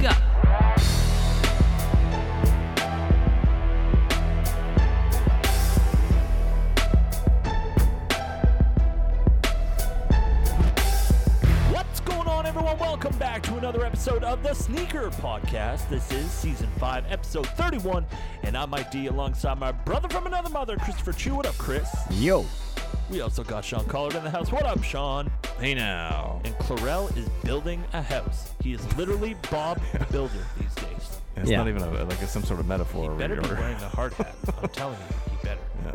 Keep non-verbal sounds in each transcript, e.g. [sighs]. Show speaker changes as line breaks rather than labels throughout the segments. go.
What's going on, everyone? Welcome back to another episode of the Sneaker Podcast. This is season five, episode 31, and I'm Mike D alongside my brother from another mother, Christopher Chu. What up, Chris?
Yo.
We also got Sean Collard in the house. What up, Sean?
Hey now.
And Clarell is building a house. He is literally Bob the Builder these days.
It's
Yeah.
not even a, like it's some sort of metaphor.
He
or
better be
whatever.
wearing the hard hat. I'm telling you, he better.
[laughs] yeah.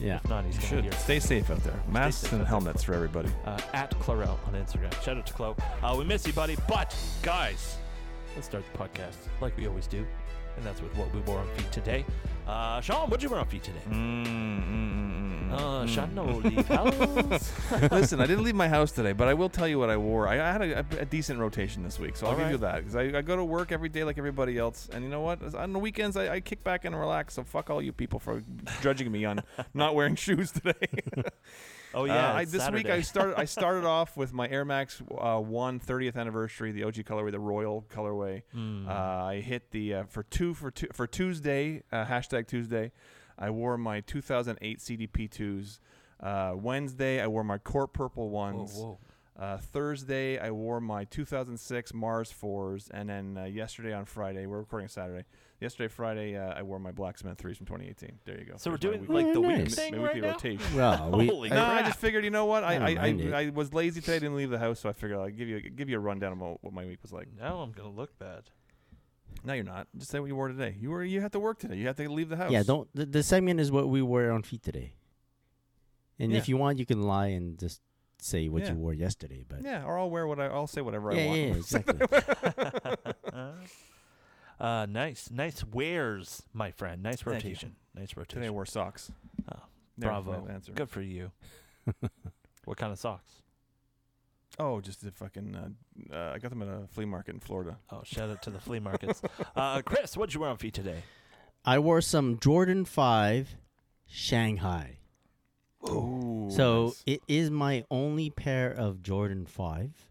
Yeah.
If not, he's
You
going to
[laughs] should
hear.
stay safe out there. Masks
safe
and
out there.
helmets for everybody.
Uh, at Clarell on Instagram. Shout out to Chloe. Uh, we miss you, buddy. But, guys, let's start the podcast like we always do. And that's with what we wore on feet today. Uh, Sean, what'd you wear on feet today?
Mm, mm, mm, mm, mm.
Uh, Sean, no leave
[laughs]
house.
Oh, Listen, I didn't leave my house today, but I will tell you what I wore. I, I had a, a decent rotation this week, so I'll
All
give you
right.
that because I, I go to work every day like everybody else, and you know what? On the weekends, I, I kick back and relax. So fuck all you people for judging me on not wearing shoes today.
[laughs] Oh, yeah.
Uh, I,
it's
this week I
Saturday.
started.
[laughs]
I started off with my Air Max uh, One 30th anniversary, the OG colorway, the Royal colorway.
Hmm.
Uh, I hit the uh, for two for two for Tuesday uh, hashtag Tuesday. I wore my 2008 CDP twos. Uh, Wednesday I wore my Court Purple
Whoa,
ones.
whoa.
Uh, Thursday, I wore my 2006 Mars 4s. And then uh, yesterday on Friday, we're recording Saturday. Yesterday, Friday, uh, I wore my Blacksmith 3s from 2018. There you go.
So we're doing
There's my week-
like the
Oh,
weird
nice.
thing
my
right
weekly
now?
[laughs]
rotation.
Well, we,
Holy
I-
No,
crap.
I just figured, you know what? I
I don't
I,
mind it.
I, I was lazy today. didn't leave the house, so I figured I'd give you give you a rundown of what my week was like.
[laughs] Now I'm going to look bad. [laughs]
No, you're not. Just say what you wore today. You were you had to work today. You had to leave the house.
yeah, don't. The, the segment is what we wore on feet today. And if
Yeah.
you want, you can lie and just say what
Yeah.
you wore yesterday. But
Yeah, or I'll wear what I I'll say whatever I
yeah,
want. [laughs]
yeah, exactly. [laughs]
Uh, nice. Nice wears, my friend. Nice
Thank you.
rotation. Nice rotation.
Today I wore socks.
Oh,
There's my
bravo.
answer.
Good for you. what kind of socks?
Oh, just the fucking. Uh, uh, I got them at a flea market in Florida.
Oh, shout out to the flea markets. uh, Chris, what'd you wear on feet today?
I wore some Jordan Five Shanghai.
Ooh.
so
nice.
it is my only pair of Jordan Five.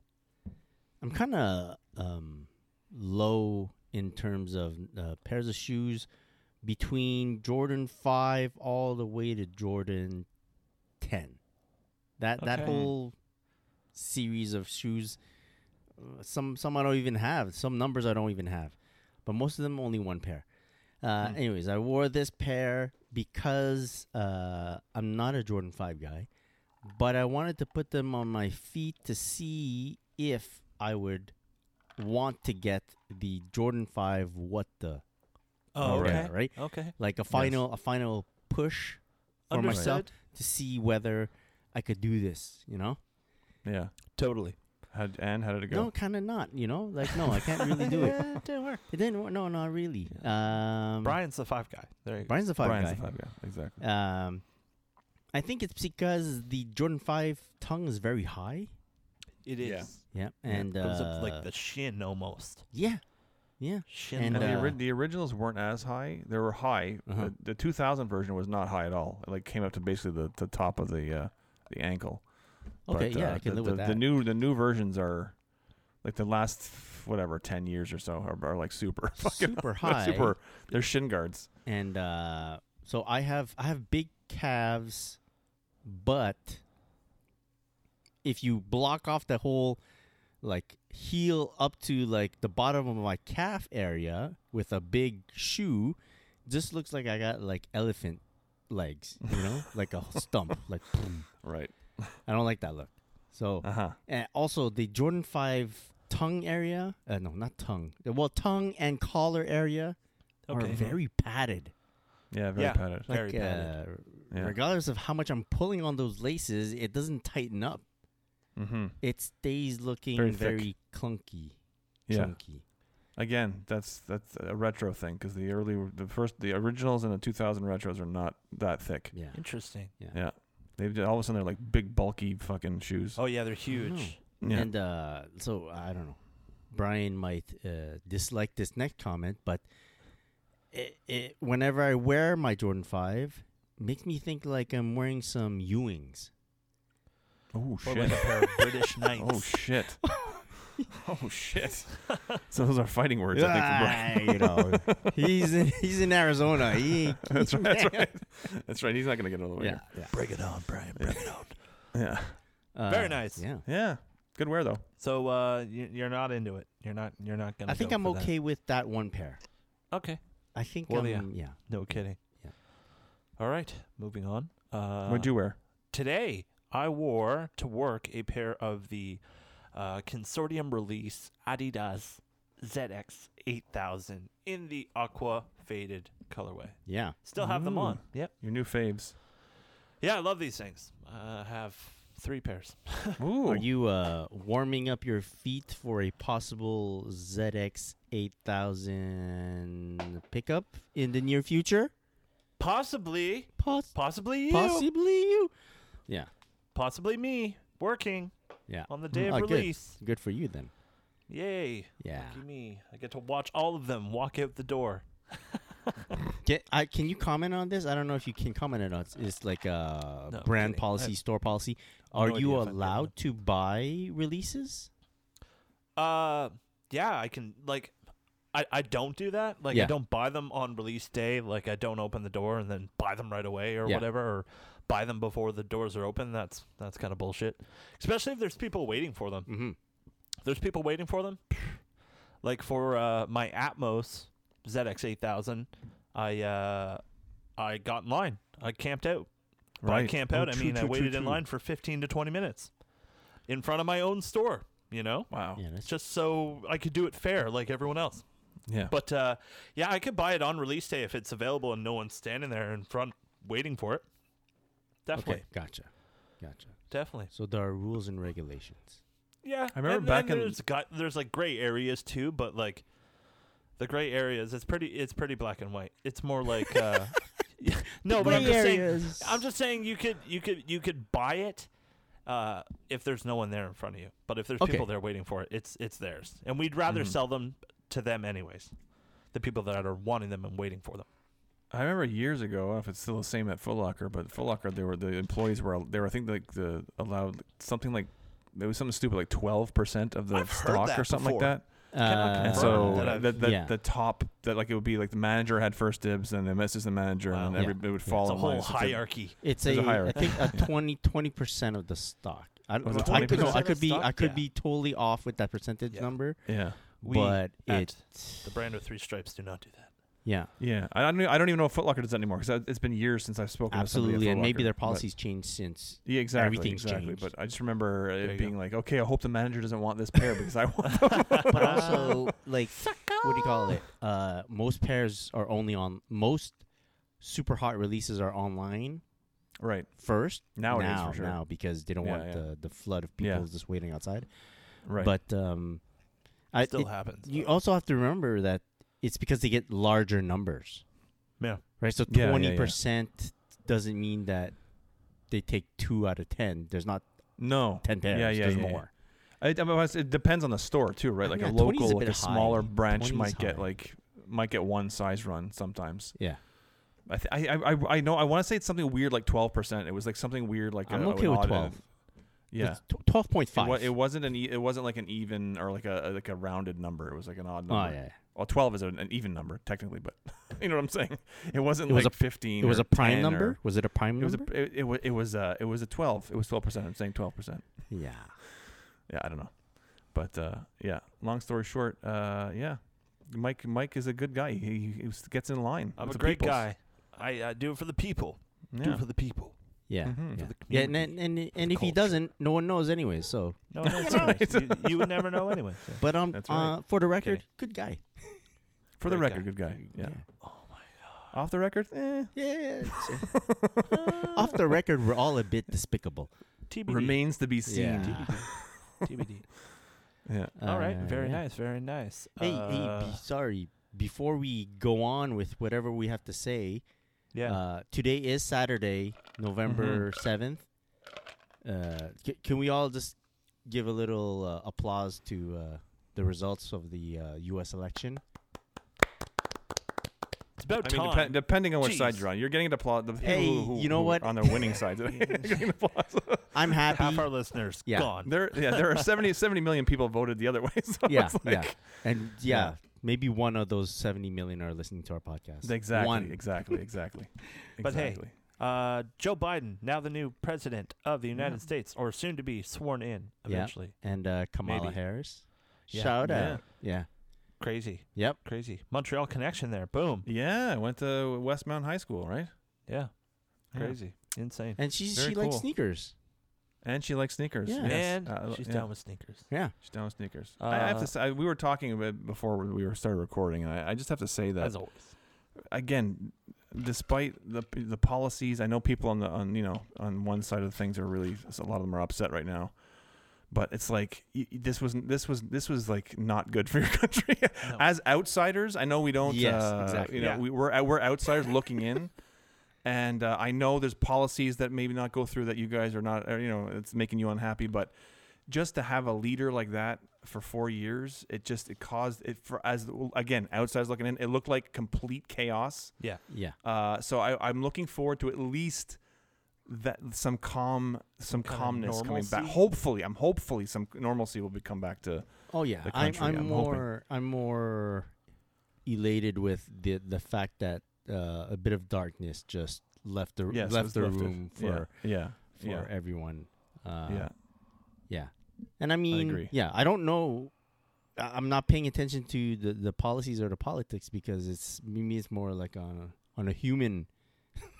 I'm kind of um, low in terms of uh, pairs of shoes between Jordan Five all the way to Jordan Ten. That that
Okay.
whole series of shoes. uh, Some some I don't even have. Some numbers I don't even have, but most of them only one pair. Uh,
Hmm.
Anyways, I wore this pair because uh, I'm not a Jordan Five guy, but I wanted to put them on my feet to see if I would want to get the Jordan Five. What the
Oh,
pair,
okay.
right.
right?
Okay.
Like a final a final push for myself
Understood.
to see whether I could do this. You know.
[laughs] yeah.
Totally.
How'd, and how did it go?
No, kind of not. You know, like no, I can't
[laughs]
really do it.
it didn't work.
It didn't. work. No, not really. Um,
Brian's the five guy. There you go.
Brian's the five
Brian's
guy.
the five guy. Exactly.
Um, I think it's because the Jordan Five tongue is very high.
It
Yeah.
is.
Yeah,
Yeah,
and
it goes
uh,
up like the shin almost.
yeah, yeah.
Shin
and,
And the,
uh,
ori- the originals weren't as high. They were high.
Uh-huh.
The, the 2000 version was not high at all. It like came up to basically the, the top of the uh, the ankle.
Okay, yeah,
uh,
I can
the,
live
the,
with that.
The new the new versions are like the last whatever 10 years or so are, are like super [laughs] fucking
super
they're
high.
super. They're shin guards.
And uh, so I have I have big calves, but if you block off the whole like heel up to like the bottom of my calf area with a big shoe, just looks like I got like elephant legs, you know, like a stump. Like boom.
Right.
I don't like that look. So
Uh huh.
and also the Jordan Five tongue area, uh, no, not tongue. Well, tongue and collar area are
Okay.
very padded.
Yeah. Very
Yeah.
padded.
Very
Like,
padded.
uh,
Yeah.
regardless of how much I'm pulling on those laces, it doesn't tighten up.
Mm-hmm.
It stays looking
Very
very,
thick.
clunky,
Yeah.
chunky.
Again, that's that's a retro thing because the early the first the originals and the 2000 retros are not that thick.
Yeah.
Interesting.
Yeah. They've all of a sudden they're like big bulky fucking shoes.
Oh yeah, they're
know.
huge.
yeah.
And uh, so I don't know. Brian might uh, dislike this next comment, but it, it, whenever I wear my Jordan Five, makes me think like I'm wearing some Ewings.
Oh
Or like a
shit!
pair of
[laughs]
British knights.
Oh shit!
[laughs]
oh shit! [laughs] So those are fighting [laughs] words. I think. For Brian.
Ah, [laughs] you
[laughs]
know, he's in, he's in
Ah,
Arizona. He,
That's right.
[laughs]
That's right. That's right. He's not gonna get another one.
yeah, yeah.
Bring it on, Brian. Bring it on.
Yeah.
Uh,
Very nice.
Yeah,
Yeah. Good wear though.
So uh, you, you're not into it. You're not. You're not gonna.
I think
go
I'm
for that.
okay with that one pair.
Okay.
I think
Well,
um,
yeah.
yeah.
No kidding.
Yeah.
All right. Moving on. Uh,
What'd you wear?
Today, I wore to work a pair of the uh, consortium release Adidas ZX 8000 in the aqua faded colorway.
yeah,
Still have them
Ooh.
on. Yep.
Your
[sighs]
new faves.
Yeah, I love these things. Uh, I have three pairs. [laughs]
Ooh.
Are you uh, warming up your feet for a possible ZX eight thousand pickup in the near future?
Possibly,
Poss-
possibly you,
possibly you. Yeah,
possibly me working
yeah.
on the day
Oh,
of
good.
release.
Good for you then.
Yay.
Yeah.
Lucky me. I get to watch all of them walk out the door.
Get, I, can you comment on this? I don't know if you can comment on it. It's, it's like a
No, I'm
brand
kidding. I
policy,
have
store policy. Are
no idea if I
you
can or
allowed
not.
to buy releases?
Uh, yeah, I can like, I, I don't do that. Like, I
Yeah.
don't buy them on release day. Like, I don't open the door and then buy them right away or
Yeah.
whatever, or buy them before the doors are open. That's that's kind of bullshit. Especially if there's people waiting for them.
Mm-hmm.
If there's people waiting for them. [sniffs] Like for uh, my Atmos ZX eight thousand, I uh, I got in line. I camped out. By
Right.
camp
Oh,
out, I
true,
mean I
true, true,
waited in
true.
line for fifteen to twenty minutes in front of my own store. You know
Wow.
Yeah, that's
just so I could do it fair like everyone else.
Yeah.
But uh, yeah, I could buy it on release day if it's available and no one's standing there in front waiting for it. Definitely,
okay. Gotcha, gotcha.
definitely.
So there are rules and regulations.
Yeah,
I remember
and-
back
and
in-
there's got, there's like gray areas too, but like the gray areas, it's pretty it's pretty black and white. It's more like
[laughs]
uh, [laughs] no, but I'm just saying I'm just saying you could you could you could buy it uh, if there's no one there in front of you. But if there's
Okay.
people there waiting for it, it's it's theirs, and we'd rather
Mhm.
sell them to them anyways. The people that are wanting them and waiting for them.
I remember years ago, I don't know if it's still the same at Foot Locker, but Foot Locker, they were the employees were they were I think like the allowed something like it was something stupid like twelve percent of the
I've heard
stock
that
or something
before.
like that.
confirm Uh,
And so
that I've-
that, that,
yeah.
the top that like it would be like the manager had first dibs and the assistant manager
Wow.
and
Yeah.
every it would
Yeah.
fall
It's a
in line.
whole
So it's like-
hierarchy.
It's
There's
a,
a
I
hierarchy.
think a
Yeah.
20 percent of the stock. I don't
Was it
know. I could, no,
20%
I
of
could be
stock?
I could
Yeah.
be totally off with that percentage
Yeah.
number,
Yeah,
We
but
at
it
The brand with three stripes do not do that.
yeah
yeah. I don't. know- I don't even know if Foot Locker does that anymore because it's been years since I've spoken. to somebody
absolutely
at Foot
and maybe
Locker,
their
but-
policies
[laughs]
changed since.
Yeah, exactly.
Everything's
exactly.
changed.
But I just remember
There you
it
go.
being like, okay, I hope the manager doesn't want this pair because I want. Them.
[laughs] But also like what do you call it? Uh, most pairs are only on most super hot releases are online
right
first
Nowadays,
now
for sure.
now because they don't
Yeah,
want
yeah.
the the flood of
Yeah.
people just waiting outside.
Right.
But um, I
Still
it-
happens.
you
but-
also have to remember that it's because they get larger numbers.
Yeah.
Right. So
Yeah, yeah, yeah.
twenty percent doesn't mean that they take two out of ten. There's not
no.
ten pairs.
Yeah, yeah,
There's
yeah, yeah.
more.
I, I mean, it depends on the store too, right? Like
Yeah,
a
20 is a
local, like
bit
a smaller
high.
branch
20 is
might get
high.
like might get one size run sometimes.
Yeah.
I th- I, I I- I know I want to say it's something weird like twelve percent. It was like something weird like
I'm
a,
okay
an
with
odd-
twelve.
Yeah.
Twelve point
It,
five.
wa- it wasn't an e- it wasn't like an even or like a like a rounded number. It was like an odd
Oh
number.
yeah.
Well, twelve is an, an even number technically, but [laughs] you know what I'm saying. It wasn't
It was
like
a-
fifteen.
It was
or
a prime
10
number.
or-
Was it a prime
it was a,
number?
it, it was it was uh it was a twelve. It was twelve percent. I'm saying twelve percent.
yeah.
yeah, I don't know. But uh, yeah, long story short, uh, yeah, Mike Mike is a good guy. He, he, he s- gets in line.
I'm
with
a
the
great
peoples.
guy. I, I do it for the people. Do
Yeah.
it for the people.
Yeah.
Mhm.
Yeah.
For the
Yeah, and
community,
and and, and if he
culture.
doesn't, no one knows anyway. So,
No,
[laughs]
no,
That's
no.
right.
You, you would never know anyway. so.
but um,
That's right.
uh, for the record,
Kidding.
good guy.
[laughs] For the
Great
record,
guy.
good guy. Yeah. Off the record, eh,
Yeah.
[laughs]
Uh,
yeah. Off the record, we're all a bit despicable.
TBD.
remains to be seen.
Yeah.
[laughs]
TBD.
Yeah.
All right.
Uh,
Very
yeah.
nice. Very nice.
Hey,
Uh,
hey, be, sorry. Before we go on with whatever we have to say,
yeah.
uh, today is Saturday, November 7th. Uh, c- can we all just give a little uh, applause to uh, the results of the uh, U.S. election.
It's about
I
time.
mean, depen- depending on which side
Jeez.
you're on, you're getting applause. The people
Hey,
who, who-
you know
who
what?
are on the winning
[laughs]
side today. are getting applause. [laughs]
I'm happy.
Half our listeners
Yeah.
gone.
there, yeah, there are 70, 70 million people voted the other way. [laughs] So
[laughs] yeah,
it's like,
yeah, and yeah, maybe one of those 70 million are listening to our podcast.
[laughs] Exactly,
One.
exactly,
[laughs]
exactly.
But hey,
exactly.
Uh, Joe Biden, now the new president of the United States, or soon to be sworn in
Yeah.
eventually.
And uh, Kamala
Maybe.
Harris.
Yeah.
Shout
Yeah.
out. Yeah.
Crazy,
Yep.
crazy. Montreal connection there. Boom.
yeah, I went to Westmount High School, right?
Yeah.
Yeah.
Crazy. Insane.
And she's,
Very
she likes
cool.
sneakers.
And she likes sneakers.
Yeah.
yes.
And
Uh,
she's
yeah,
down with sneakers.
Yeah.
She's down with sneakers. I I have
Uh,
to say, I- we were talking about before we were started recording, and I, I just have to say that
As always.
again, despite the the policies, I know people on the on you know on one side of things are really a lot of them are upset right now. But it's like y- y- this was this was this was like not good for [laughs] your country.
No.
As outsiders, I know we don't.
Yes,
uh,
exactly.
You know,
Yeah.
we, we're out- we're outsiders looking in, and uh, I know there's policies that maybe not go through that you guys are not. Or, you know, it's making you unhappy. But just to have a leader like that for four years, it just it caused it for as again outsiders looking in, it looked like complete chaos.
Yeah.
Yeah.
Uh, so I, I'm looking forward to at least that some calm, some
kinda
calmness coming back.
normalcy?
Hopefully, I'm hopefully some normalcy will be come back to.
Oh yeah.
the
I'm,
country,
I'm,
I'm hoping.
more I'm more elated with the the fact that uh, a bit of darkness just left the
Yes,
left
it's
the
lifted.
room for
yeah,
for
yeah,
everyone. Uh,
yeah, yeah.
Yeah. And I mean,
agree.
yeah, I don't know. I- I'm not paying attention to the, the policies or the politics because it's me. It's more like on a, on a human. [laughs]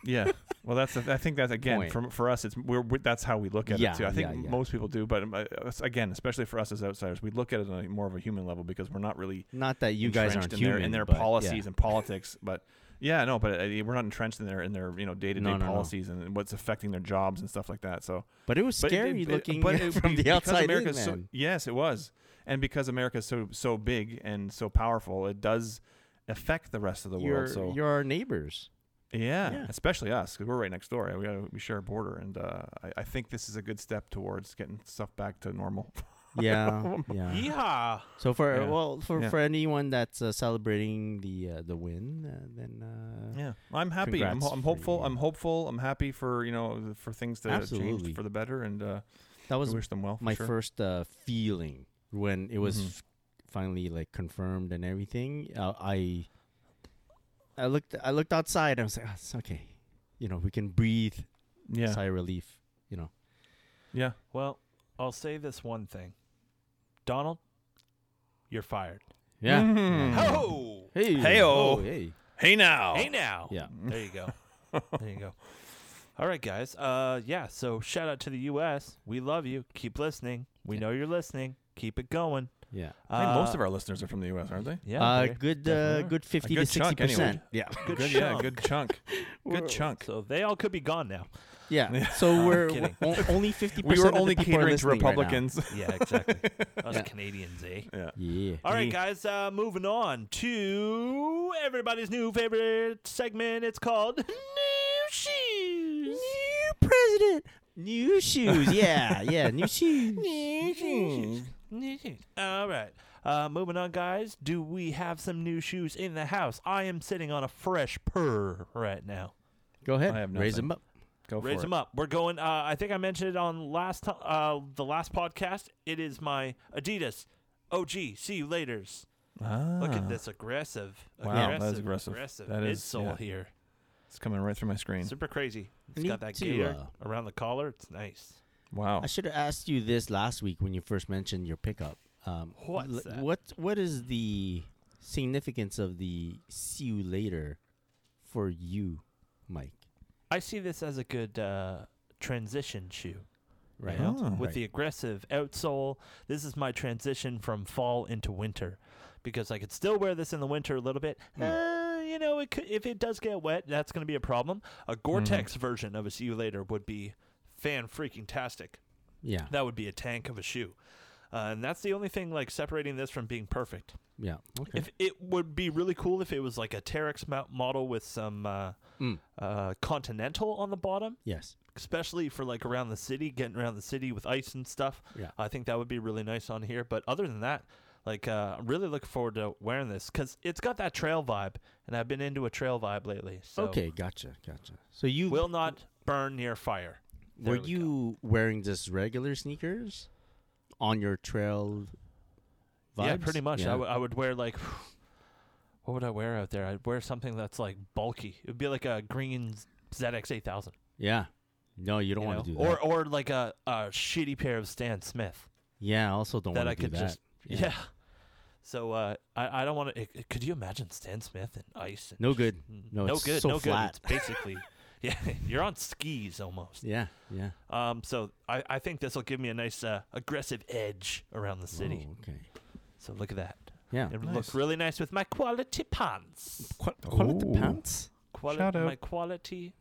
Yeah. Well, that's the- I think that's again
Point.
for, for us. It's we're, we that's how we look at
Yeah,
it too. I think
yeah, yeah.
most people do, but um, uh, us- again, especially for us as outsiders, we look at it on a, more of a human level because we're not really
Not that you guys aren't
entrenched in
human
their, in their
but yeah.
policies and politics, but. Yeah, no, but uh, we're not entrenched in their in their you know day to
No,
day
no, no.
policies and what's affecting their jobs and stuff like that. So
But it was
But it-
scary
it-
looking [laughs]
but it-
from
be-
the
because
outside.
America's
in,
so-
man.
yes, it was, and because America's so so big and so powerful, it does affect the rest of [laughs] the
your,
world. So
your our
[laughs]
neighbors.
yeah,
yeah.
especially us because we're right next door. We gotta, we share a border, and uh, I, I think this is a good step towards getting stuff back to normal.
Yeah, Uh, [laughs] yeah.
Yeehaw.
So for
Yeah.
well, for,
Yeah.
for anyone that's uh, celebrating the uh, the win, uh, then uh,
Yeah, I'm happy. I'm,
Congrats
ho- I'm
for
hopeful.
you.
I'm hopeful. I'm happy for you know th- for things to
Absolutely.
change for the better, and uh,
that
I
was
wish them well. for
my
sure.
first uh, feeling when it was
Mhm.
f- finally like confirmed and everything. Uh, I I looked I looked outside. I was like, "Ah, it's okay, you know, we can breathe.
Yeah,
Sigh of relief. You know,
yeah.
Well, I'll say this one thing. Donald, you're fired.
yeah. [laughs]
Mhm.
Yeah.
Oh.
Hey,
Hey-o.
oh, hey, Oh.
Hey now.
Hey now.
yeah.
There you go. there you go. All right, guys. Uh, yeah. So shout out to the U.S. We love you. Keep listening. We
Yeah.
know you're listening. Keep it going.
Yeah.
I think most
Uh,
of our listeners are from the U.S., aren't they?
yeah.
uh,
they-
good, uh,
definitely are.
good fifty
good
to sixty
chunk anyway.
percent. Yeah,
Good,
yeah,
show.
good chunk. good chunk.
So they all could be gone now.
[laughs]
yeah. So
I'm
we're
kidding.
o- only fifty percent.
We were only
of the people are
catering to
listening right now.
Republicans. [laughs]
Yeah, exactly. Us
Yeah.
Canadians, eh?
yeah.
All right,
Me.
guys. Uh, moving on to everybody's new favorite segment. It's called [laughs] New Shoes.
New president. New [laughs] shoes. Yeah. Yeah. New shoes.
New shoes. New shoes. All right. Uh, moving on, guys. Do we have some new shoes in the house? I am sitting on a fresh purr right now.
Go ahead.
I have
Raise
nothing.
them up.
Go for
Raise
it.
them up. We're going. Uh, I think I mentioned it on last to- uh, the last podcast. It is my Adidas. OG. See you later's. Look
Ah,
at this aggressive.
Wow, that
aggressive,
is aggressive.
aggressive
That is-
midsole
yeah.
here.
It's coming right through my screen.
Super crazy.
I
It's got
need
that
to,
gator
uh,
around the collar. It's nice.
Wow.
Oh.
I should have asked you this last week when you first mentioned your pickup. Um,
What's that?
What What is the significance of the "see you later" for you, Mike?
I see this as a good uh, transition shoe.
Right.
you know,
Oh.
with
Right.
the aggressive outsole. This is my transition from fall into winter because I could still wear this in the winter a little bit.
Hmm.
Uh, you know, it could, if it does get wet, that's going to be a problem. A
Mm-hmm.
Gore-Tex version of a see you later would be fan freaking tastic.
Yeah.
That would be a tank of a shoe. Uh, and that's the only thing like separating this from being perfect.
Yeah. Okay.
If it would be really cool if it was like a Terex mo- model with some uh,
Mm.
uh, Continental on the bottom,
yes.
especially for like around the city, getting around the city with ice and stuff.
Yeah.
I think that would be really nice on here. But other than that, Like, uh, I'm really looking forward to wearing this because it's got that trail vibe, and I've been into a trail vibe lately. So
Okay, gotcha, gotcha. So you
will not burn near fire. There
were
we go.
you wearing just regular sneakers on your trail? Vibes?
Yeah, pretty much. I
Yeah.
would- I would wear like, [sighs] what would I wear out there? I'd wear something that's like bulky. It would be like a green ZX eight thousand.
Yeah. No, you don't
you
want to
know?
do that.
Or or like a, a shitty pair of Stan Smith
yeah, I also don't
that
want
I
to do
could
that.
just yeah. [laughs] So uh, I I don't want to. Could you imagine Stan Smith and ice? And
No good.
[laughs] Mm,
No, it's
good.
so
no
flat.
good. It's basically [laughs] yeah. You're on skis almost.
Yeah, yeah.
Um. So I I think this will give me a nice uh, aggressive edge around the city.
Oh, okay.
So look at that.
Yeah.
It would look really nice with my quality pants.
quality
Ooh.
pants.
Quali-
Shout out.
my quality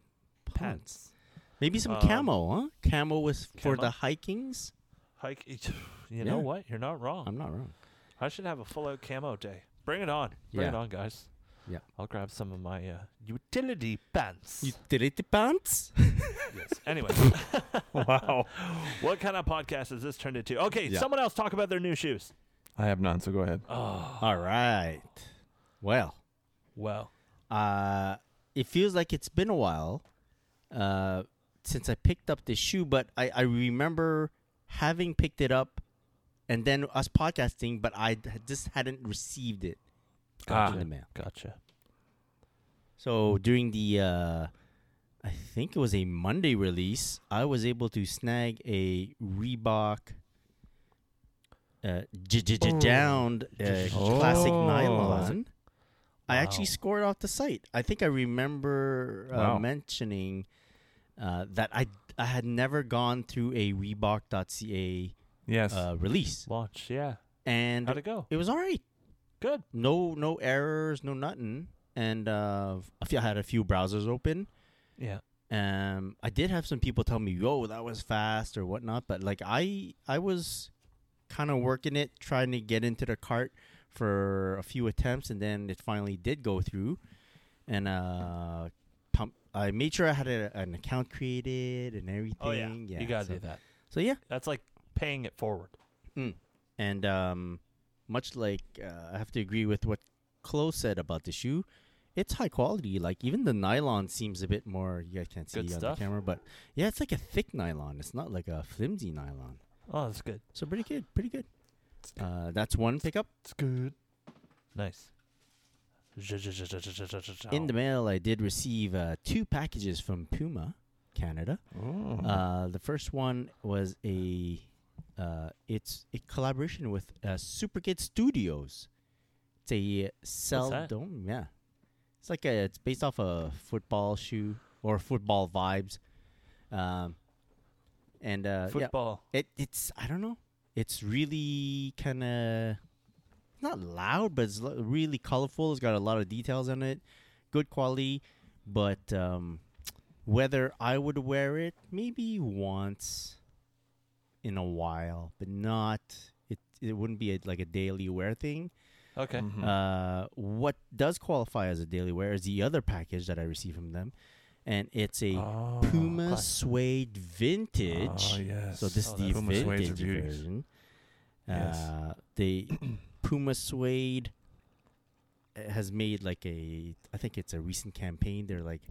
pants.
Maybe some
Um,
camo, huh? Camo was for
camo.
the hikings.
Hike. [sighs] You know
Yeah. Um,
what? You're not wrong.
I'm not
[laughs]
wrong.
I should have a full out camo day. Bring it on. Bring it
Yeah.
on, guys.
Yeah.
I'll grab some of my uh, utility pants.
Utility pants.
yes.
[laughs]
Anyway,
wow.
what kind of podcast has this turned into? Okay,
Yeah.
someone else talk about their new shoes.
I have none, so go ahead.
Uh,
Oh,
[laughs] All right. Well,
well.
uh, it feels like it's been a while uh, since I picked up this shoe, but I, I remember having picked it up and then us podcasting, but I d- just hadn't received it
Gotcha.
in the mail.
Gotcha.
So during the, uh, I think it was a Monday release, I was able to snag a Reebok uh, j- j- j- downed uh, classic
Oh.
nylon. I
Wow.
actually scored off the site. I think I remember uh,
Wow.
mentioning uh, that I I had never gone through a Reebok.ca
Yes.
uh, release,
Launch. Yeah.
and
How'd it go?
it was all right
Good.
no no errors, no nothing. And uh, a few, I had a few browsers open.
Yeah.
Um, I did have some people tell me, "Yo, that was fast" or whatnot. But like I I was kind of working it, trying to get into the cart for a few attempts, and then it finally did go through. And uh, pump. I made sure I had a, an account created and everything.
Oh yeah. you gotta
so,
do that.
So yeah,
That's like paying it forward.
and um, much like uh, I have to agree with what Chloe said about the shoe, it's high quality. Like even the nylon seems a bit more. You guys can't see
Good
on
stuff.
the camera, but yeah, it's like a thick nylon. It's not like a flimsy nylon.
Oh, that's good.
So pretty good, pretty good. Uh, that's one pickup
It's good. Nice. Oh.
in the mail. I did receive uh, two packages from Puma, Canada.
Mm-hmm.
Uh, the first one was a uh, it's a collaboration with uh, Superkid Studios. It's a cell
that?
dome. Yeah, it's like a it's based off a football shoe or football vibes, um, and uh, yeah,
[laughs] football.
it it's I don't know. It's really kind of not loud, but it's lo- really colorful. It's got a lot of details on it. Good quality, but um, whether I would wear it maybe once in a while, but not it. It wouldn't be a, like a daily wear thing.
Okay.
Mm. Mm-hmm.
Uh, what does qualify as a daily wear is the other package that I received from them, and it's a
Oh,
Puma
class.
suede vintage.
yes.
So this
Oh,
is the
that's
Puma suedes are
vintage
beauties.
version.
Yes.
Uh,
[clears throat]
the Puma suede uh, has made like a, I think it's a recent campaign. They're like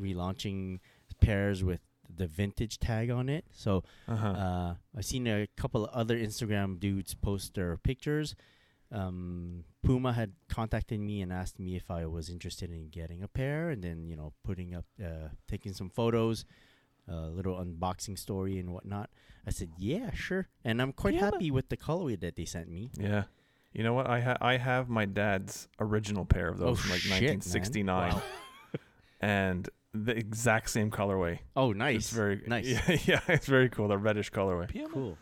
relaunching pairs with the vintage tag on it. So
Uh-huh.
uh, I've seen a couple of other Instagram dudes post their pictures. Um, Puma had contacted me and asked me if I was interested in getting a pair, and then you know putting up, uh, taking some photos, a little unboxing story and whatnot. I said, yeah, sure, and I'm quite
Yeah, but-
happy with the colorway that they sent me.
yeah. You know what? I ha- I have my dad's original pair of those
Oh,
from like
shit, man.
1969, [laughs] and the exact same colorway.
Oh, nice,
It's very [laughs]
nice,
Yeah, yeah, it's very cool. The reddish colorway.
Puma.
cool.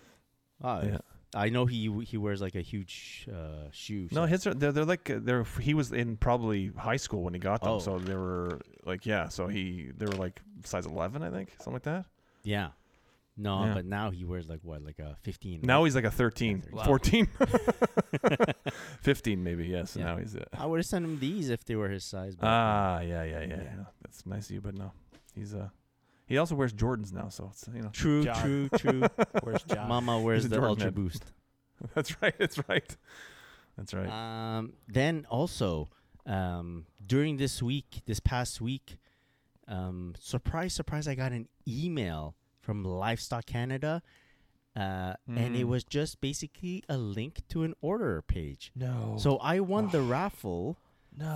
Uh,
Yeah.
I know he he wears like a huge uh, shoe.
No,
so-
his are, they're, they're like uh, they're he was in probably high school when he got them,
Oh.
so they were like yeah, so he they were like size 11, I think, something like that.
yeah, no,
Yeah.
but now he wears like what, like a 15. right?
Now he's like a 13,
Wow.
14,
[laughs]
[laughs] 15 maybe. Yes,
Yeah.
now he's uh,
I would have sent him these if they were his size. but- uh,
ah yeah yeah yeah,
Yeah.
no, that's nice of you, but no, he's uh he also wears Jordans now, so it's you know
true,
John. [laughs]
true, true.
[laughs]
Where's John?
Mama wears
a
the
Jordan
Ultra
head.
Boost.
that's right, that's right. That's right.
Um, then also um, during this week, this past week, um, surprise, surprise, I got an email from Livestock Canada, uh, and
Mm.
it was just basically a link to an order page.
No. Oh.
So I won the raffle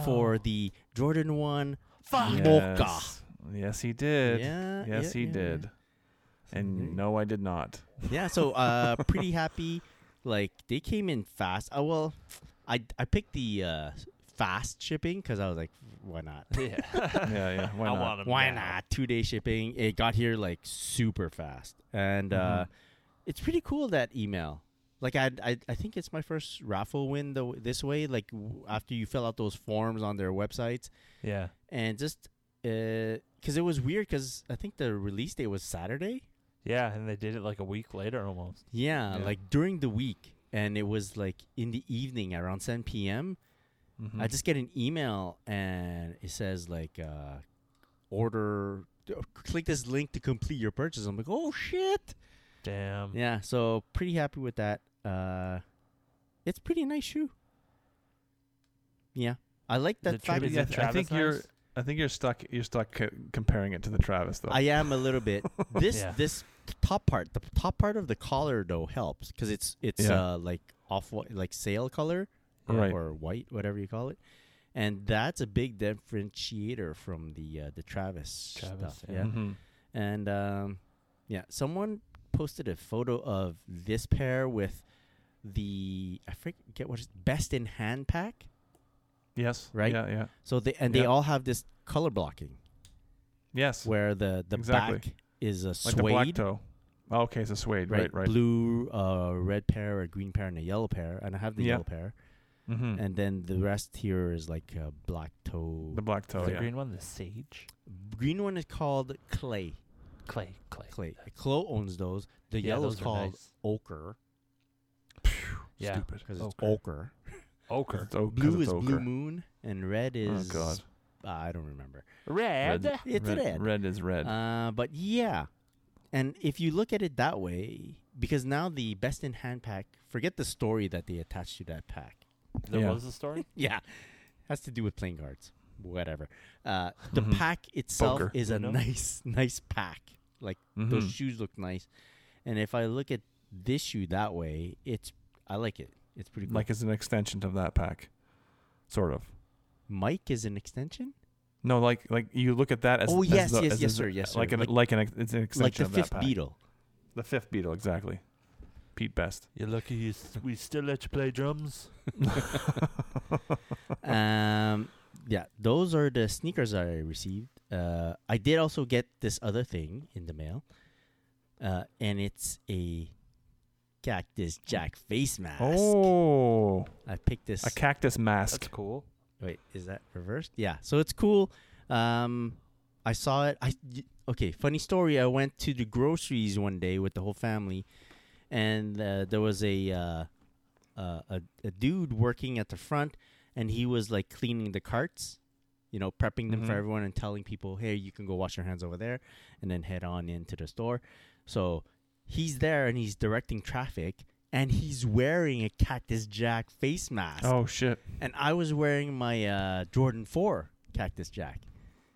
for the Jordan One Mocha.
yes. Yes, he did.
Yeah,
yes,
yeah,
he
yeah,
did. And no, I did
[laughs]
not.
Yeah, so uh, pretty happy. Like they came in fast. Uh, well, I I picked the uh, fast shipping because I was like, why not?
[laughs] yeah.
yeah, yeah. Why
I
not?
want him.
Why
now.
not? Two day shipping. It got here like super fast, and uh, it's pretty cool that email. Like I, I, I think it's my first raffle win the, this way. Like w- after you fill out those forms on their websites,
Yeah.
and just because it was weird because I think the release date was Saturday.
Yeah, and they did it like a week later almost.
Yeah,
Yeah.
like during the week, and it was like in the evening around 7 p.m.
Mm-hmm.
Mm.
I just get an email, and it says like, uh, order, click this link to complete your purchase. I'm like, oh shit!
Damn.
Yeah, so pretty happy with that. Uh, it's pretty nice shoe. Yeah, I like that
it
fact.
Travis-
Yeah,
is it
I think
Travis
you're.
Knives?
I think you're stuck. You're stuck c- comparing it to the Travis though.
I am a little
[laughs]
bit. This
Yeah.
this top part, the top part of the collar though helps because it's it's
Yeah.
uh like off white like sail color, uh,
Right.
or white, whatever you call it, and that's a big differentiator from the uh, the Travis,
Travis,
stuff.
yeah.
Yeah,
Mhm.
and um, yeah, someone posted a photo of this pair with the I forget what it's best in hand pack.
Yes.
Right?
Yeah. Yeah.
So they and they
Yeah.
all have this color blocking
Yes.
where the the
Exactly.
back is a
like
suede.
the black toe. Oh, okay, it's a suede. Right. Right.
Blue, uh, red pair, a green pair, and a yellow pair, and I have the
Yeah.
yellow pair,
Mm-hmm.
and then the rest here is like uh, black toe.
the black toe.
the
yeah.
green one, the sage,
green one is called clay.
clay, clay,
Clay. Clo owns those. The
Yeah,
yellow is
those are
called
nice.
ochre
Yeah.
Stupid.
because it's
Ochre.
ochre.
Ochre.
It's oak- Oh, 'cause
Blue
it's
is blue
ochre.
moon, and red
Oh
is
God.
uh, I don't remember.
Red.
It's
red,
red.
Red is red.
Uh, but yeah, and if you look at it that way, because now the best in hand pack, forget the story that they attached to that pack.
There
Yeah.
was a story.
yeah, has to do with playing cards. Whatever. Uh, the
Mhm.
pack itself
Poker.
is a
You know?
nice, [laughs] nice pack. Like those
Mhm.
shoes look nice, and if I look at this shoe that way, it's I like it. It's pretty cool.
like it's an extension of that pack, sort of.
Mike is an extension,
No, like like you look at that as
Oh,
as
yes,
the-
yes,
as
yes,
as-
sir, yes, sir.
like an
Like-
like an ex- it's an extension
like the
of that
fifth
pack. [laughs]
beetle.
the fifth beetle exactly. Pete Best.
You're lucky you we still let you play drums.
um, yeah, those are the sneakers that I received. Uh, I did also get this other thing in the mail, uh, and it's a cactus jack face mask.
Oh,
I picked this.
a cactus
That's
mask.
cool.
Wait, is that reversed? Yeah. So it's cool. Um, I saw it. I y- okay. Funny story. I went to the groceries one day with the whole family, and uh, there was a, uh, uh, a a dude working at the front, and he was like cleaning the carts, you know, prepping them for
Mhm.
everyone and telling people, "Hey, you can go wash your hands over there, and then head on into the store." So he's there and he's directing traffic. And he's wearing a Cactus Jack face mask
Oh shit,
and I was wearing my uh, Jordan Four Cactus Jack,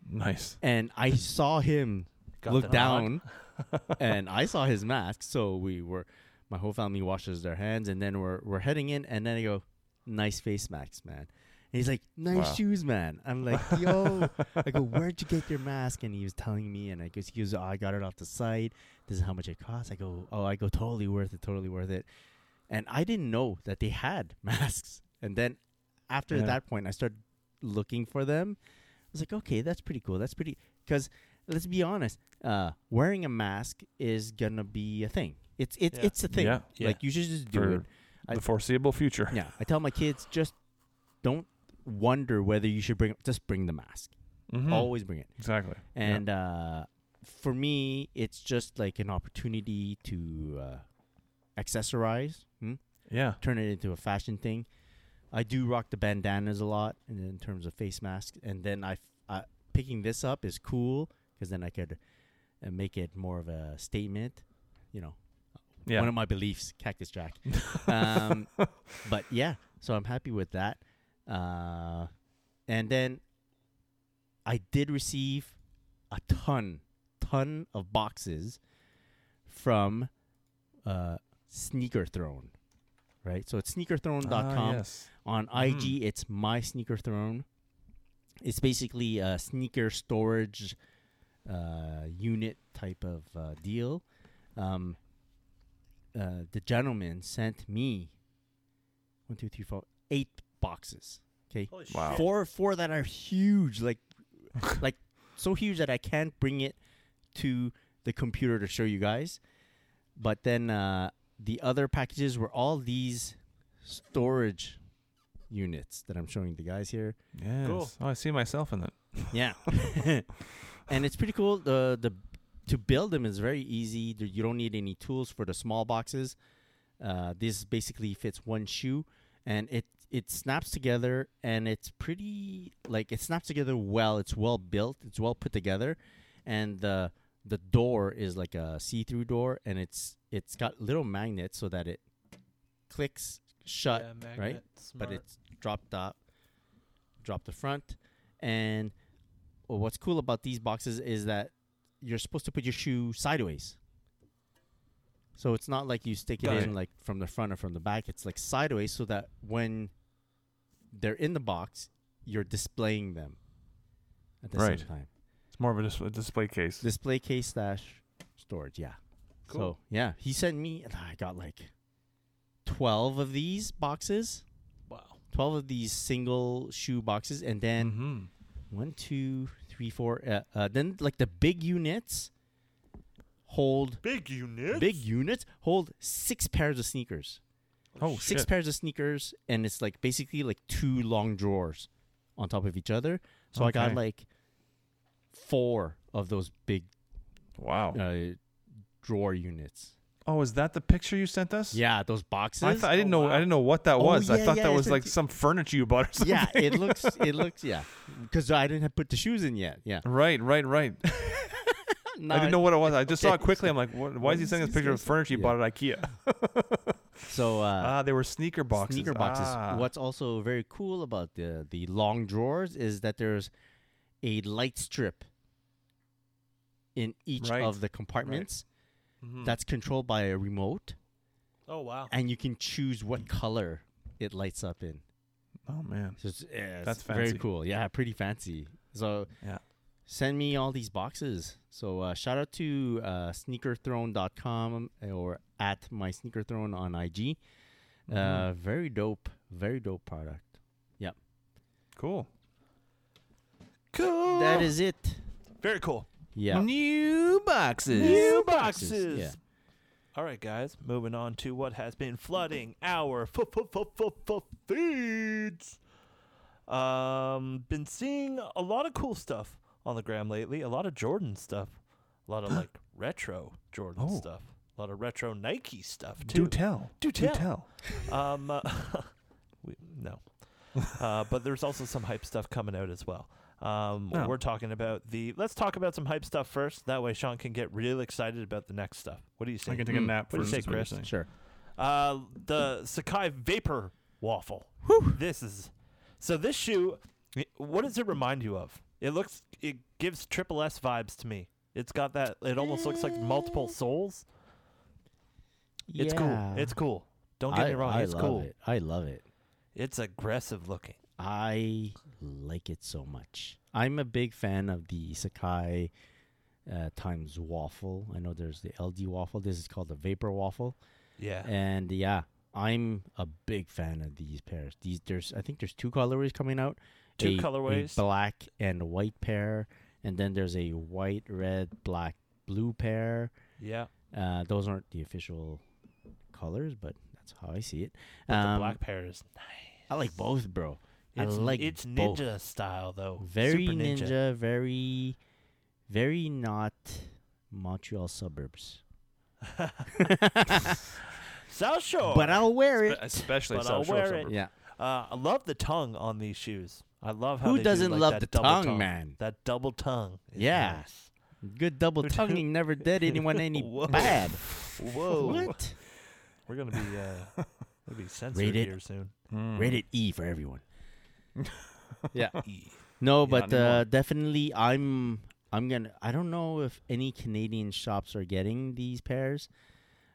nice.
and I saw him
Got the
look
nod.
down, and I saw his mask. So we were, my whole family washes their hands, and then we're we're heading in, and then I go, nice face mask, man. And he's like, nice
Wow.
shoes, man. I'm like, yo. I go, where'd you get your mask? And he was telling me, and I goes, he goes, oh, I got it off the site. This is how much it costs. I go, oh, I go, totally worth it, totally worth it. And I didn't know that they had [laughs] masks. And then after
Yeah.
that point, I started looking for them. I was like, okay, that's pretty cool. That's pretty, because let's be honest, uh, wearing a mask is gonna be a thing. It's it's
Yeah.
it's a thing.
Yeah.
Yeah.
Like you should just do
For
it. I-
the foreseeable future.
Yeah, I tell my kids just don't wonder whether you should bring just bring the mask.
Mhm.
Always bring it.
exactly. Yeah.
And uh, for me, it's just like an opportunity to uh, accessorize, hmm?
yeah,
turn it into a fashion thing. I do rock the bandanas a lot in, in terms of face masks, and then I, f- I- picking this up is cool because then I could uh, make it more of a statement. You know,
yeah.
one of my beliefs, Cactus Jack. um, but yeah, So I'm happy with that. Uh, and then I did receive a ton, ton of boxes from uh, Sneaker Throne, right? So it's sneakerthrone.com.
Ah, yes.
On IG, it's My Sneaker Throne. It's basically a sneaker storage uh, unit type of uh, deal. Um, uh, the gentleman sent me one, two, three, four, eight boxes. Okay,
Wow.
four, four that are huge, like, like so huge that I can't bring it to the computer to show you guys. But then uh, the other packages were all these storage units that I'm showing the guys here.
Yes.
Cool.
Oh, I see myself in that.
Yeah, [laughs] and it's pretty cool. The the to build them is very easy. There- You don't need any tools for the small boxes. Uh, this basically fits one shoe, and it it snaps together, and it's pretty like it snaps together well. It's well built. It's well put together, and the the door is like a see through door, and it's it's got little magnets so that it clicks shut right? but it's dropped up, drop the front, and well, what's cool about these boxes is that you're supposed to put your shoe sideways. So it's not like you stick it
Got
in like from the front or from the back. It's like sideways, so that when they're in the box, you're displaying them at the
Right.
same time.
It's more of a, dis- a display case.
Display case slash storage, yeah. So
Cool.
yeah, he sent me, and I got like twelve of these boxes.
wow.
12 of these single shoe boxes and then
Mhm.
one, two three four uh, uh, then like the big units hold
Big unit.
big units hold six pairs of sneakers
Oh,
six
shit.
pairs of sneakers and it's like basically like two long drawers on top of each other so i
Okay.
got like four of those big
Wow.
uh, drawer units
Oh, is that the picture you sent us?
yeah those boxes
I, th-
[laughs]
I didn't
Oh,
know.
wow.
I didn't know what that
Oh,
was. I
yeah,
thought
yeah,
that
I
was
sent
like
you-
some furniture you bought or something.
yeah it looks it looks yeah because i didn't have put the shoes in yet [laughs] yeah
Right, right, right. I
Now
didn't know what it was. I just saw it
okay.
quickly. I'm like, what, why is he
is
sending this
this
picture of
guy
furniture you
Yeah.
bought at IKEA?
so uh,
Ah, they were sneaker boxes.
Sneaker boxes.
Ah.
What's also very cool about the the long drawers is that there's a light strip in each
Right. Hmm.
of the compartments
Mhm.
that's controlled by a remote,
Oh wow.
and you can choose what color it lights up in.
Oh man.
So it's, yeah, it's
That's
very
fancy.
cool. Yeah, pretty fancy. So
Yeah.
send me all these boxes. So uh, shout out to uh, sneakerthrone.com uh, or at my sneakerthrone on IG. Uh,
Mm-hmm.
very dope, very dope product.
Cool.
Cool.
That is it.
very cool.
Yeah.
New boxes. New boxes.
Yeah.
All right, guys. Moving on to what has been flooding our f- f- f- f- f- feeds. Um, been seeing a lot of cool stuff on the gram lately. A lot of Jordan stuff. A
[gasps]
lot of like retro Jordan
Oh.
stuff. A lot of retro Nike stuff too.
Do tell.
Do tell.
tell.
Um, [laughs] uh, we, no. Uh, but there's also some hype stuff coming out as well. Um,
Oh.
We're talking about the. Let's talk about some hype stuff first. That way, Sean can get real excited about the next stuff. What do you
I
say?
can take a
Mm.
nap.
What do you
first,
say,
is Hmm. what you're
Chris?
saying.
Sure.
Uh, the Sakai Vapor Waffle. This is. So this shoe, i- what does it remind you of? It looks. It gives triple S vibes to me. It's got that. It almost looks like multiple soles. It's cool. It's cool. Don't get
I,
me wrong.
I
it's
love
cool.
it. I love it.
It's aggressive looking.
I like it so much. I'm a big fan of the Sakai uh, times waffle. I know there's the LD waffle. This is called the Vapor waffle.
Yeah.
And yeah, I'm a big fan of these pairs. These there's I think there's two colorways coming out.
Two
A- a
colorways.
black and white pair, and then there's a white, red, black, blue pair.
Yeah.
Uh, those aren't the official colors, but that's how I see it.
the
Um,
black pair is nice.
I like both, bro.
It's,
I like
it's ninja
both.
style though.
Very
Super
ninja. very, very not Montreal
[laughs]
suburbs. [laughs]
South Shore.
But I'll wear
But
it.
Especially
But
South
I'll
Shore
wear
suburb.
it.
yeah.
uh, I love the tongue on these shoes. I love how
Who
they do,
doesn't
like,
love
that
the
double
tongue, man?
That double tongue. is
Yeah.
nice.
Good double tonguing
[laughs]
never did anyone any
Whoa.
bad.
Whoa.
What? [laughs]
We're gonna be. Uh, It'll be censored
Rated-
here soon.
Rated E for
[laughs]
everyone. yeah. No, but uh,
anymore.
definitely I'm I'm gonna I don't know if any Canadian shops are getting these pairs.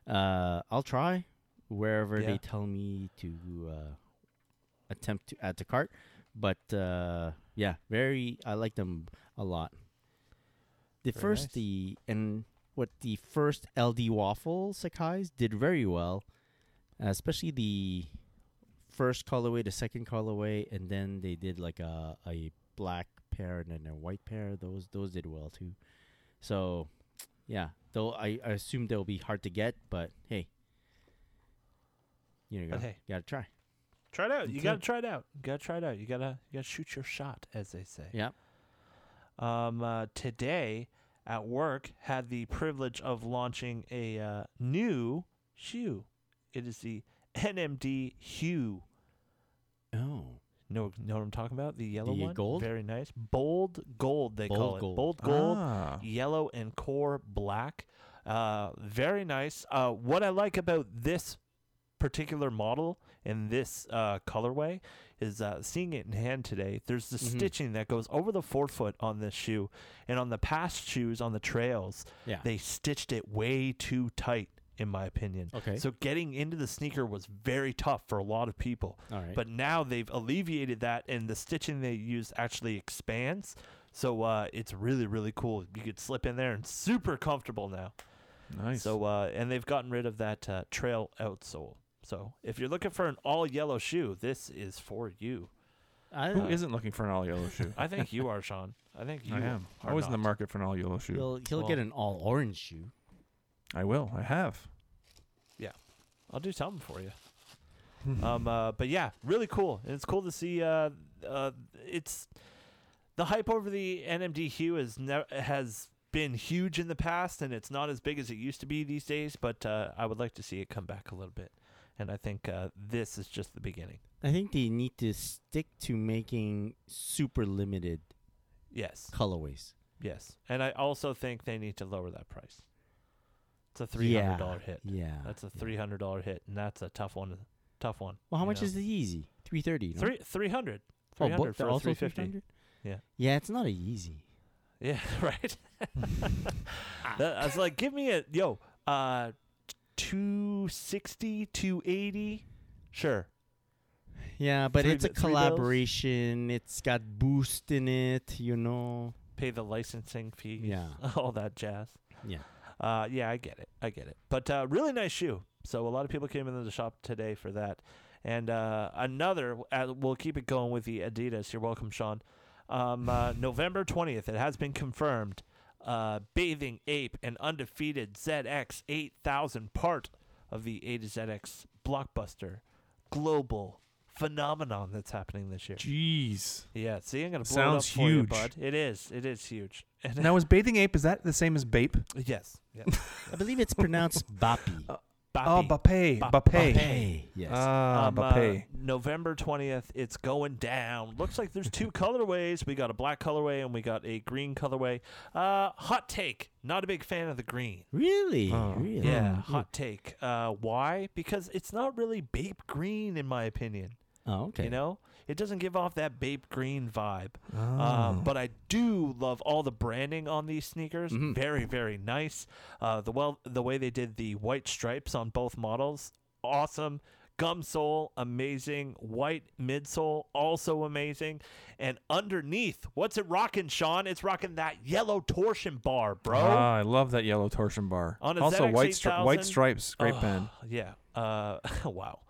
Uh, I'll try wherever
Yeah.
they tell me to uh, attempt to add to cart. But uh, yeah, very I like them a lot. The
Very
first
nice.
the and what the first LD waffle Sakai's did very well, uh, especially the first colorway, the second colorway, and then they did like a a black pair and then a white pair. Those those did well too. So, yeah. Though I, I assume they'll be hard to get, but hey, you know,
But
gotta,
hey.
gotta try.
Try it out. You
That's
gotta
it.
try it out. You gotta try it out. You gotta you gotta shoot your shot, as they say.
Yeah.
um, uh, today at work had the privilege of launching a uh, new shoe. It is the NMD Hue.
Oh,
Know, know what I'm talking about? The yellow
The
one.
gold?
Very nice. Bold gold, they call
Bold
it.
gold.
Bold gold,
Ah.
yellow, and core black. Uh, very nice. Uh, what I like about this particular model and this uh, colorway is uh, seeing it in hand today. There's the
Mhm.
stitching that goes over the forefoot on this shoe, and on the past shoes on the trails,
yeah.
they stitched it way too tight, in my opinion.
okay.
So getting into the sneaker was very tough for a lot of people.
All right.
But now they've alleviated that, and the stitching they use actually expands. So uh, it's really, really cool. You could slip in there and super comfortable now.
Nice.
So uh, and they've gotten rid of that uh, trail outsole. So if you're looking for an all yellow shoe, this is for you.
I
Who
don't know.
not looking for an all yellow shoe?
uh, I [laughs] think you are, Sean. I think you
I am.
Are
I was in the
not.
market for an all yellow shoe.
he'll he'll get
Well-
an all orange shoe.
I will. I have.
I'll do something for you. um, uh, but yeah, really cool. And it's cool to see. Uh, uh, it's the hype over the NMD Hue is ne- has been huge in the past, and it's not as big as it used to be these days. But uh, I would like to see it come back a little bit, and I think uh, this is just the beginning.
I think they need to stick to making super limited
Yes,
colorways.
yes, and I also think they need to lower that price. It's a three hundred dollar hit.
Yeah.
That's a
yeah.
three hundred dollar hit, and that's a tough one. Tough one.
Well, how
you
much
know?
is the Yeezy? Three thirty. No?
three three hundred?
Oh,
Three
both-
hundred
they're
for
also
three fifty.
300?
Yeah.
Yeah, it's not a Yeezy.
Yeah, [laughs] right. That- I was like, give me a yo, uh 260, 280. Sure.
Yeah, but
Three
it's a
bi- three bills?
collaboration. It's got boost in it, you know.
Pay the licensing fees.
Yeah.
[laughs] All that jazz.
Yeah.
Uh yeah, I get it. I get it. But uh really nice shoe. So a lot of people came into the shop today for that. And uh another uh, we'll keep it going with the Adidas. You're welcome, Sean. Um
[laughs]
uh, November 20th, it has been confirmed. Uh, Bathing Ape and Undefeated ZX 8000 part of the A to ZX blockbuster global phenomenon that's happening this year.
Jeez.
Yeah, see, I'm gonna blow
Sounds
it up for you,
huge.
bud. It is, it is huge. [laughs] And
Now, is bathing ape, is that the same as bape?
yes, yes.
I believe
[laughs]
it's pronounced Bappy.
Bappy.
Oh, bape.
Ba-
Bape.
Uh, bape.
Hey, yes.
Ah,
Um, uh,
bape.
November 20th, it's going down. Looks like there's two colorways. We got a black colorway and we got a green colorway. Uh, hot take. Not a big fan of the green.
really?
oh,
really?
uh, Yeah, hot take. Uh, why? Because it's not really babe green, in my opinion.
Oh, okay.
You know, it doesn't give off that babe green vibe. Um, but I do love all the branding on these sneakers. Very, very nice. Uh, the well, the way they did the white stripes on both models, awesome. Gum sole, amazing. White midsole, also amazing. And underneath, what's it rocking, Sean? It's rocking that yellow torsion bar, bro.
Ah, I love that yellow torsion bar.
On a
also,
ZX
white stri-
8000?
white stripes, great
Oh,
band.
Yeah. Uh, [laughs] wow.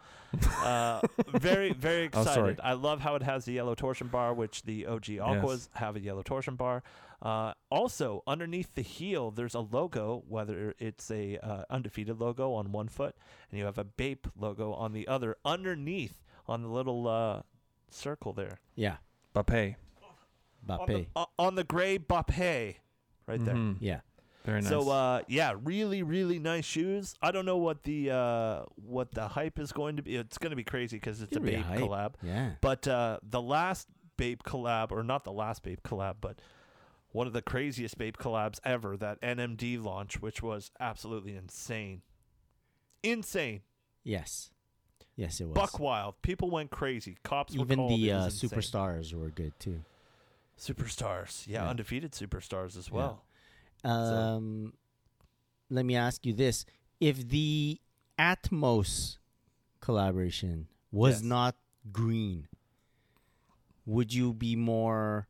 uh, very, very
[laughs] Oh, sorry.
excited. I love how it has the yellow torsion bar, which the OG Aquas have a yellow torsion bar. Uh, also, underneath the heel, there's a logo, whether it's a uh, undefeated logo on one foot, and you have a Bape logo on the other, underneath on the little uh, circle there.
Yeah.
Bape,
On the,
Bappy.
o- on the gray Bape, right there.
Mhm.
Yeah.
Very nice.
So uh, yeah, really, really nice shoes. I don't know what the uh, what the hype is going to be. It's going to be crazy because it's a
Gonna be
Babe
hype.
collab.
Yeah.
But uh, the last Babe collab, or not the last Babe collab, but one of the craziest Babe collabs ever. That NMD launch, which was absolutely insane, insane.
Yes. Yes, it was.
Buck wild. People went crazy. Cops were
Even
called.
the
It
uh,
was insane.
superstars were good too.
Superstars. Yeah,
Yeah.
undefeated superstars as well.
Um, let me ask you this: If the Atmos collaboration was
Yes.
not green, would you be more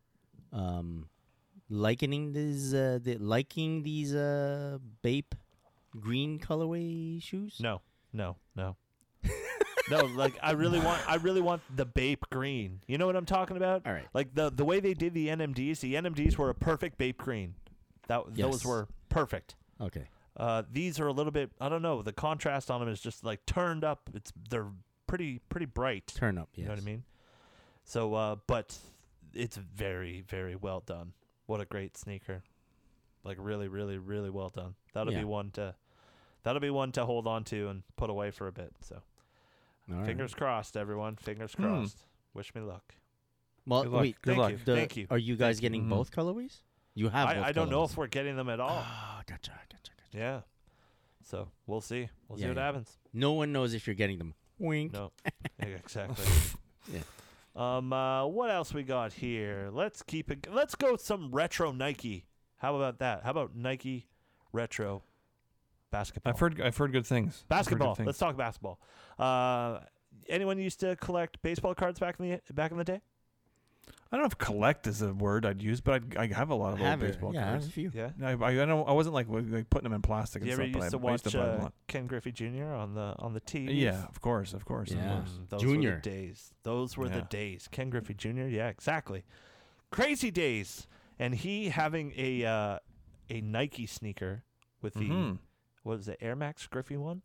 um, likening these uh, the, liking these uh, Bape green colorway shoes?
No, no, no. no, like I really want I really want the Bape green. You know what I'm talking about?
All right.
Like the the way they did the NMDs, the NMDs were a perfect Bape green. That those
Yes.
were perfect.
Okay.
Uh, these are a little bit I don't know, the contrast on them is just like turned up. It's they're pretty pretty bright.
Turn up. Yes.
You know what I mean? So uh but it's very very well done. What a great sneaker. Like really really really well done. That'll
Yeah.
be one to that'll be one to hold on to and put away for a bit. So
All right.
Fingers crossed, everyone. Fingers
Hmm.
crossed. Wish me luck.
Well,
Good luck.
Uh, wait.
Good
Thank
luck.
you.
the-
Thank you. Mm-hmm.
Are you guys getting
Mhm.
both colorways? You have. both
I, I don't know
colorways.
if we're getting them at all.
Ah, gotcha, gotcha, gotcha.
yeah. So we'll see. We'll see
Yeah,
what
yeah.
happens.
No one knows if you're getting them. Wink.
No. [laughs] Yeah, exactly.
Yeah.
Um. Uh, what else we got here? Let's keep it. Let's go with some retro Nike. How about that? How about Nike retro basketball?
I've heard I've heard good things. I've heard good
basketball.
things.
Let's talk basketball. Uh, anyone used to collect baseball cards back in the back in the day?
I don't know if collect is a word I'd use, but I'd, I have a lot of
I have
old
it.
baseball
yeah, I have
cards.
a few.
Yeah.
I, I, I don't. I wasn't like, w- like putting them in plastic
You
and
ever used
stuff. but
to
I, I used
watch
to buy them a
uh,
lot.
Ken Griffey Jr. on the on the TV?
Yeah, of course, of course,
Yeah.
of course.
Mm, those
Junior.
were the days. Those were the
Yeah.
days. Ken Griffey Jr. Yeah, exactly. Crazy days. And he having a uh, a Nike sneaker with the
Mhm.
what was it Air Max Griffey one?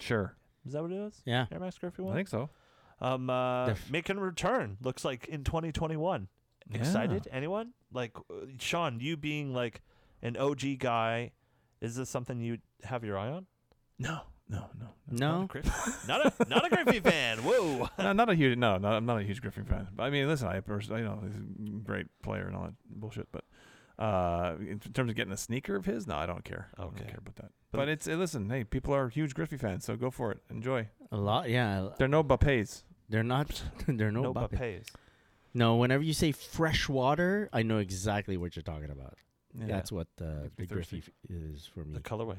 Sure,
Is that what it was?
Yeah.
Air Max Griffey
I
one.
think so.
Um, uh,
Def-
making a return looks like in 2021.
Yeah.
Excited? Anyone? Like uh, Sean, you being like an OG guy, is this something you have your eye on?
No, no, no.
No.
Not a not a Griffey fan. Whoa.
[laughs] no, not a huge. No, no, I'm not a huge Griffin fan. But I mean, listen, I personally, you know, he's a great player and all that bullshit. But uh, in terms of getting a sneaker of his, no, I don't care. I
Okay.
don't care about that.
But-
But, it's hey, listen, hey, people are huge Griffey fans, so go for it. Enjoy.
A lot. Yeah.
There are no Bappes.
They're not. [laughs] They're no,
no
bucket.
Bapes.
No. Whenever you say fresh water, I know exactly what you're talking about. That's what uh,
Makes me
the
thirsty.
Griffey f- is for me.
The colorway.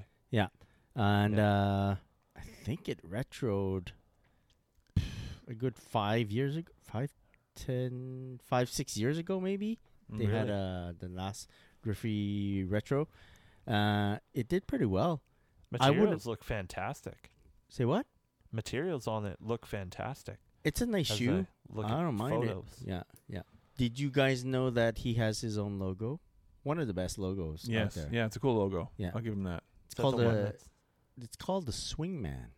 and
yeah.
uh, I think it retroed a good five years ago, five, ten, five, six years ago, maybe.
Mm,
They had
Really?
uh, the last Griffey retro. Uh, it did pretty well. I would've-
Materials look fantastic.
Say what?
Materials on it look fantastic.
It's a nice
as
shoe.
I look
I
at
don't mind it.
photos.
Yeah, yeah. Did you guys know that he has his own logo? One of the best logos.
yes,
Out there.
yeah, it's a cool logo.
Yeah.
I'll give him that.
It's
Is that
called
the one
the.
that's-
It's called the Swingman.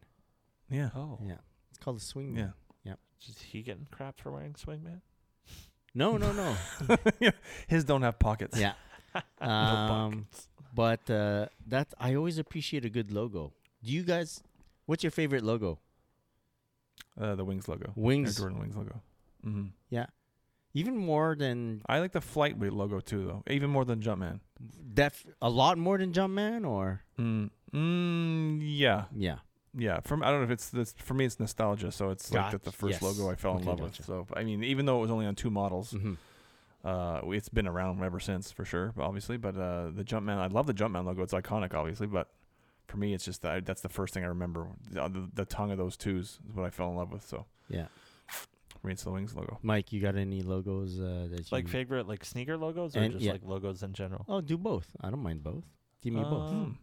Yeah,
Oh,
Yeah. It's called the Swingman. [laughs]
yeah. [laughs]
is he getting crap for wearing swingman?
No,
[laughs]
no, no.
yeah. His don't have pockets.
yeah. Um, but uh, that I always appreciate a good logo. Do you guys? What's your favorite logo?
Uh, the Wings logo. Air
Wings.
Jordan Wings logo. hmm
Even more than
I like the flight Flightweight logo too, though. Even more than Jumpman.
def, a lot more than Jumpman, or
Mm. Mm, yeah,
yeah.
Yeah, from I don't know if it's this for me it's nostalgia, so it's like that the
Gotcha. Yes.
first logo I fell in
Okay,
love
gotcha.
with. So I mean, even though it was only on two models,
Mm-hmm.
uh, it's been around ever since for sure, obviously. But uh, the Jumpman, I love the Jumpman logo; it's iconic, obviously. But for me, it's just that that's the first thing I remember. The, uh, the, the tongue of those twos is what I fell in love with. So
Yeah.
for me, it's the Wings logo.
Mike, you got any logos uh, that
like
you?
favorite like sneaker logos or
And-
just
yeah.
like logos in general?
oh, do both. I don't mind both. Give me
Uh,
both.
Um,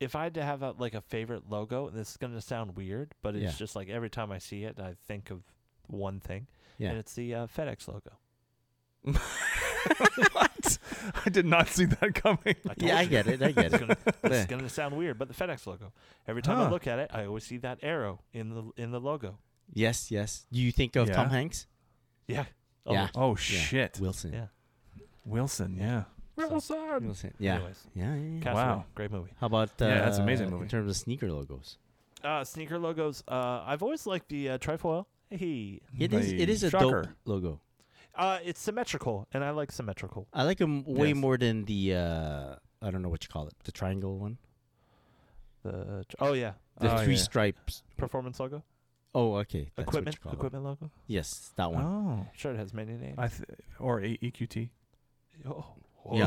If I had to have a, like a favorite logo, and this is gonna sound weird, but it's
Yeah.
just like every time I see it, I think of one thing,
Yeah.
and it's the uh, FedEx logo.
Hmm. [laughs] what? I did not see that coming.
I told
Yeah, I
you. [laughs]
get it. I get
It's
it.
gonna, this
Yeah.
is gonna sound weird, but the FedEx logo. Every time I
Huh.
look at it, I always see that arrow in the in the logo.
Yes, yes. Do you think of Tom
Yeah.
Hanks?
Yeah.
Yeah.
Oh shit,
Wilson.
Yeah.
Wilson. Yeah.
So-
Wilson.
Wilson. Yeah.
Anyways,
yeah. Yeah. yeah.
Castaway,
Wow.
Great movie.
How about uh,
Yeah, that's an amazing
in
movie.
terms of sneaker logos?
Uh, sneaker logos. Uh, I've always liked the uh, trifoil. Hey.
It is. It
Hey,
is a dope
shocker.
logo.
Uh, it's symmetrical, and I like symmetrical.
I like him way
Yes.
more than the uh, I don't know what you call it, the triangle one.
The tr- oh yeah,
The
Uh,
three
Oh, yeah.
stripes.
performance logo,
Oh, okay. That's what
equipment,
you call it.
equipment logo.
Yes, that one.
Oh, sure, it has many names.
I th- or a- E EQT.
oh,
Yeah.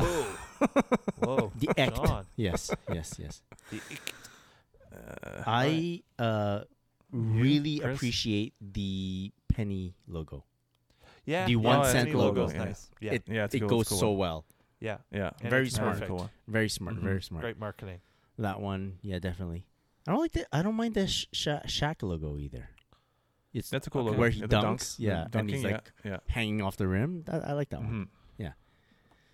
[laughs]
[laughs]
whoa,
The act.
John.
Yes, yes, yes.
The-
I uh, really
Chris?
appreciate the penny logo.
yeah,
The
yeah,
one
yeah,
cent
any logo
logo.
is nice. Yeah,
It,
Yeah, it's
it
cool,
goes
it's cool.
so well.
yeah,
Yeah.
and
Very
it's
smart.
perfect.
Cool one.
Very smart.
Mhm.
Very smart.
Great marketing.
That one, yeah, definitely. I don't like that. I don't mind the Sh- Sha Shaq logo either. It's
That's a cool
Okay.
logo.
where he
Yeah, the dunk.
dunks,
The
yeah, and
dunking,
he's like
yeah, yeah.
hanging off the rim. That, I like that one.
Mhm.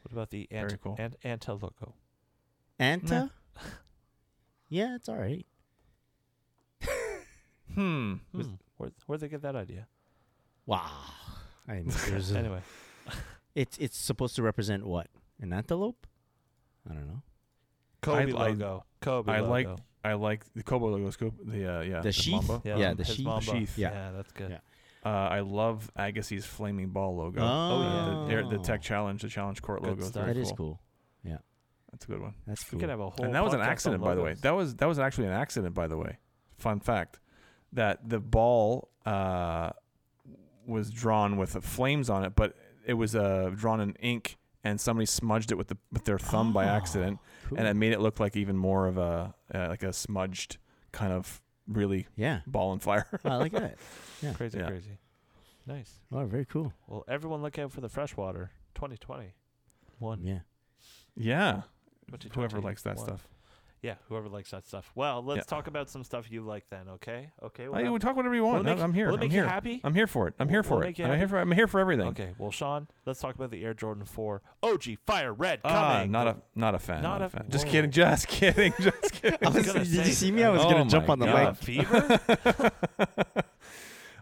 What about the
Very
ant,
cool.
ant, Anta logo?
Mm-hmm.
Anta, [laughs] yeah, it's all right.
Hmm.
Was- Where where'd they get that idea?
Wow, I
[laughs]
mean, there's a-
Anyway,
it's it's supposed to represent what an antelope? I don't know.
Kobe
I-
logo. Kobe.
I
logo.
like I like the Kobo logo scoop. The uh, yeah,
The sheath?
Mamba.
Yeah,
yeah, the
his
sheath-
Mamba.
sheath.
Yeah.
Yeah.
that's good.
Yeah.
Uh, I love Agassi's flaming ball logo.
Oh,
Uh, the, the
Oh.
Tech Challenge, the Challenge Court
Good
logo. is
stuff.
That
Very
is
very cool.
cool.
That's a good one.
That's
We
cool.
could have a whole.
and that was an
podcast on
accident, by the way.
logos.
That was that was actually an accident, by the way. Fun fact, that the ball uh, was drawn with uh, flames on it, but it was uh, drawn in ink, and somebody smudged it with the with their thumb by
Ah,
accident,
Cool.
and it made it look like even more of a uh, like a smudged kind of really
yeah, Oh,
ball and fire. [laughs]
I like that. Yeah.
Crazy,
Yeah.
crazy. Nice.
Oh, very cool.
Well, everyone look out for the freshwater 2020. One.
Yeah.
yeah,
2020,
whoever likes that
one.
stuff.
Yeah, whoever likes that stuff. Well, let's
Yeah. Oh,
talk about some stuff you like then, okay? Okay.
I,
now-
we talk whatever you
will it
want.
make-
I'm here.
Will it
I'm
make
here.
you happy?
I'm here for it. I'm
Will-
here
will
for
it
it.
make you
I'm here
happy?
for, I'm here for everything.
Okay. Well, Sean, let's talk about the Air Jordan 4 OG Fire Red
Ah,
coming.
not a not a fan.
Not
Not,
a-
a fan. Just
whoa.
kidding. Just [laughs] kidding.
[laughs]
Just kidding.
I
was
was,
gonna
[laughs] did
say-
you see me? I was gonna
Oh
jump
my
on the
Got
God.
a
[laughs]
mic.
fever? [laughs]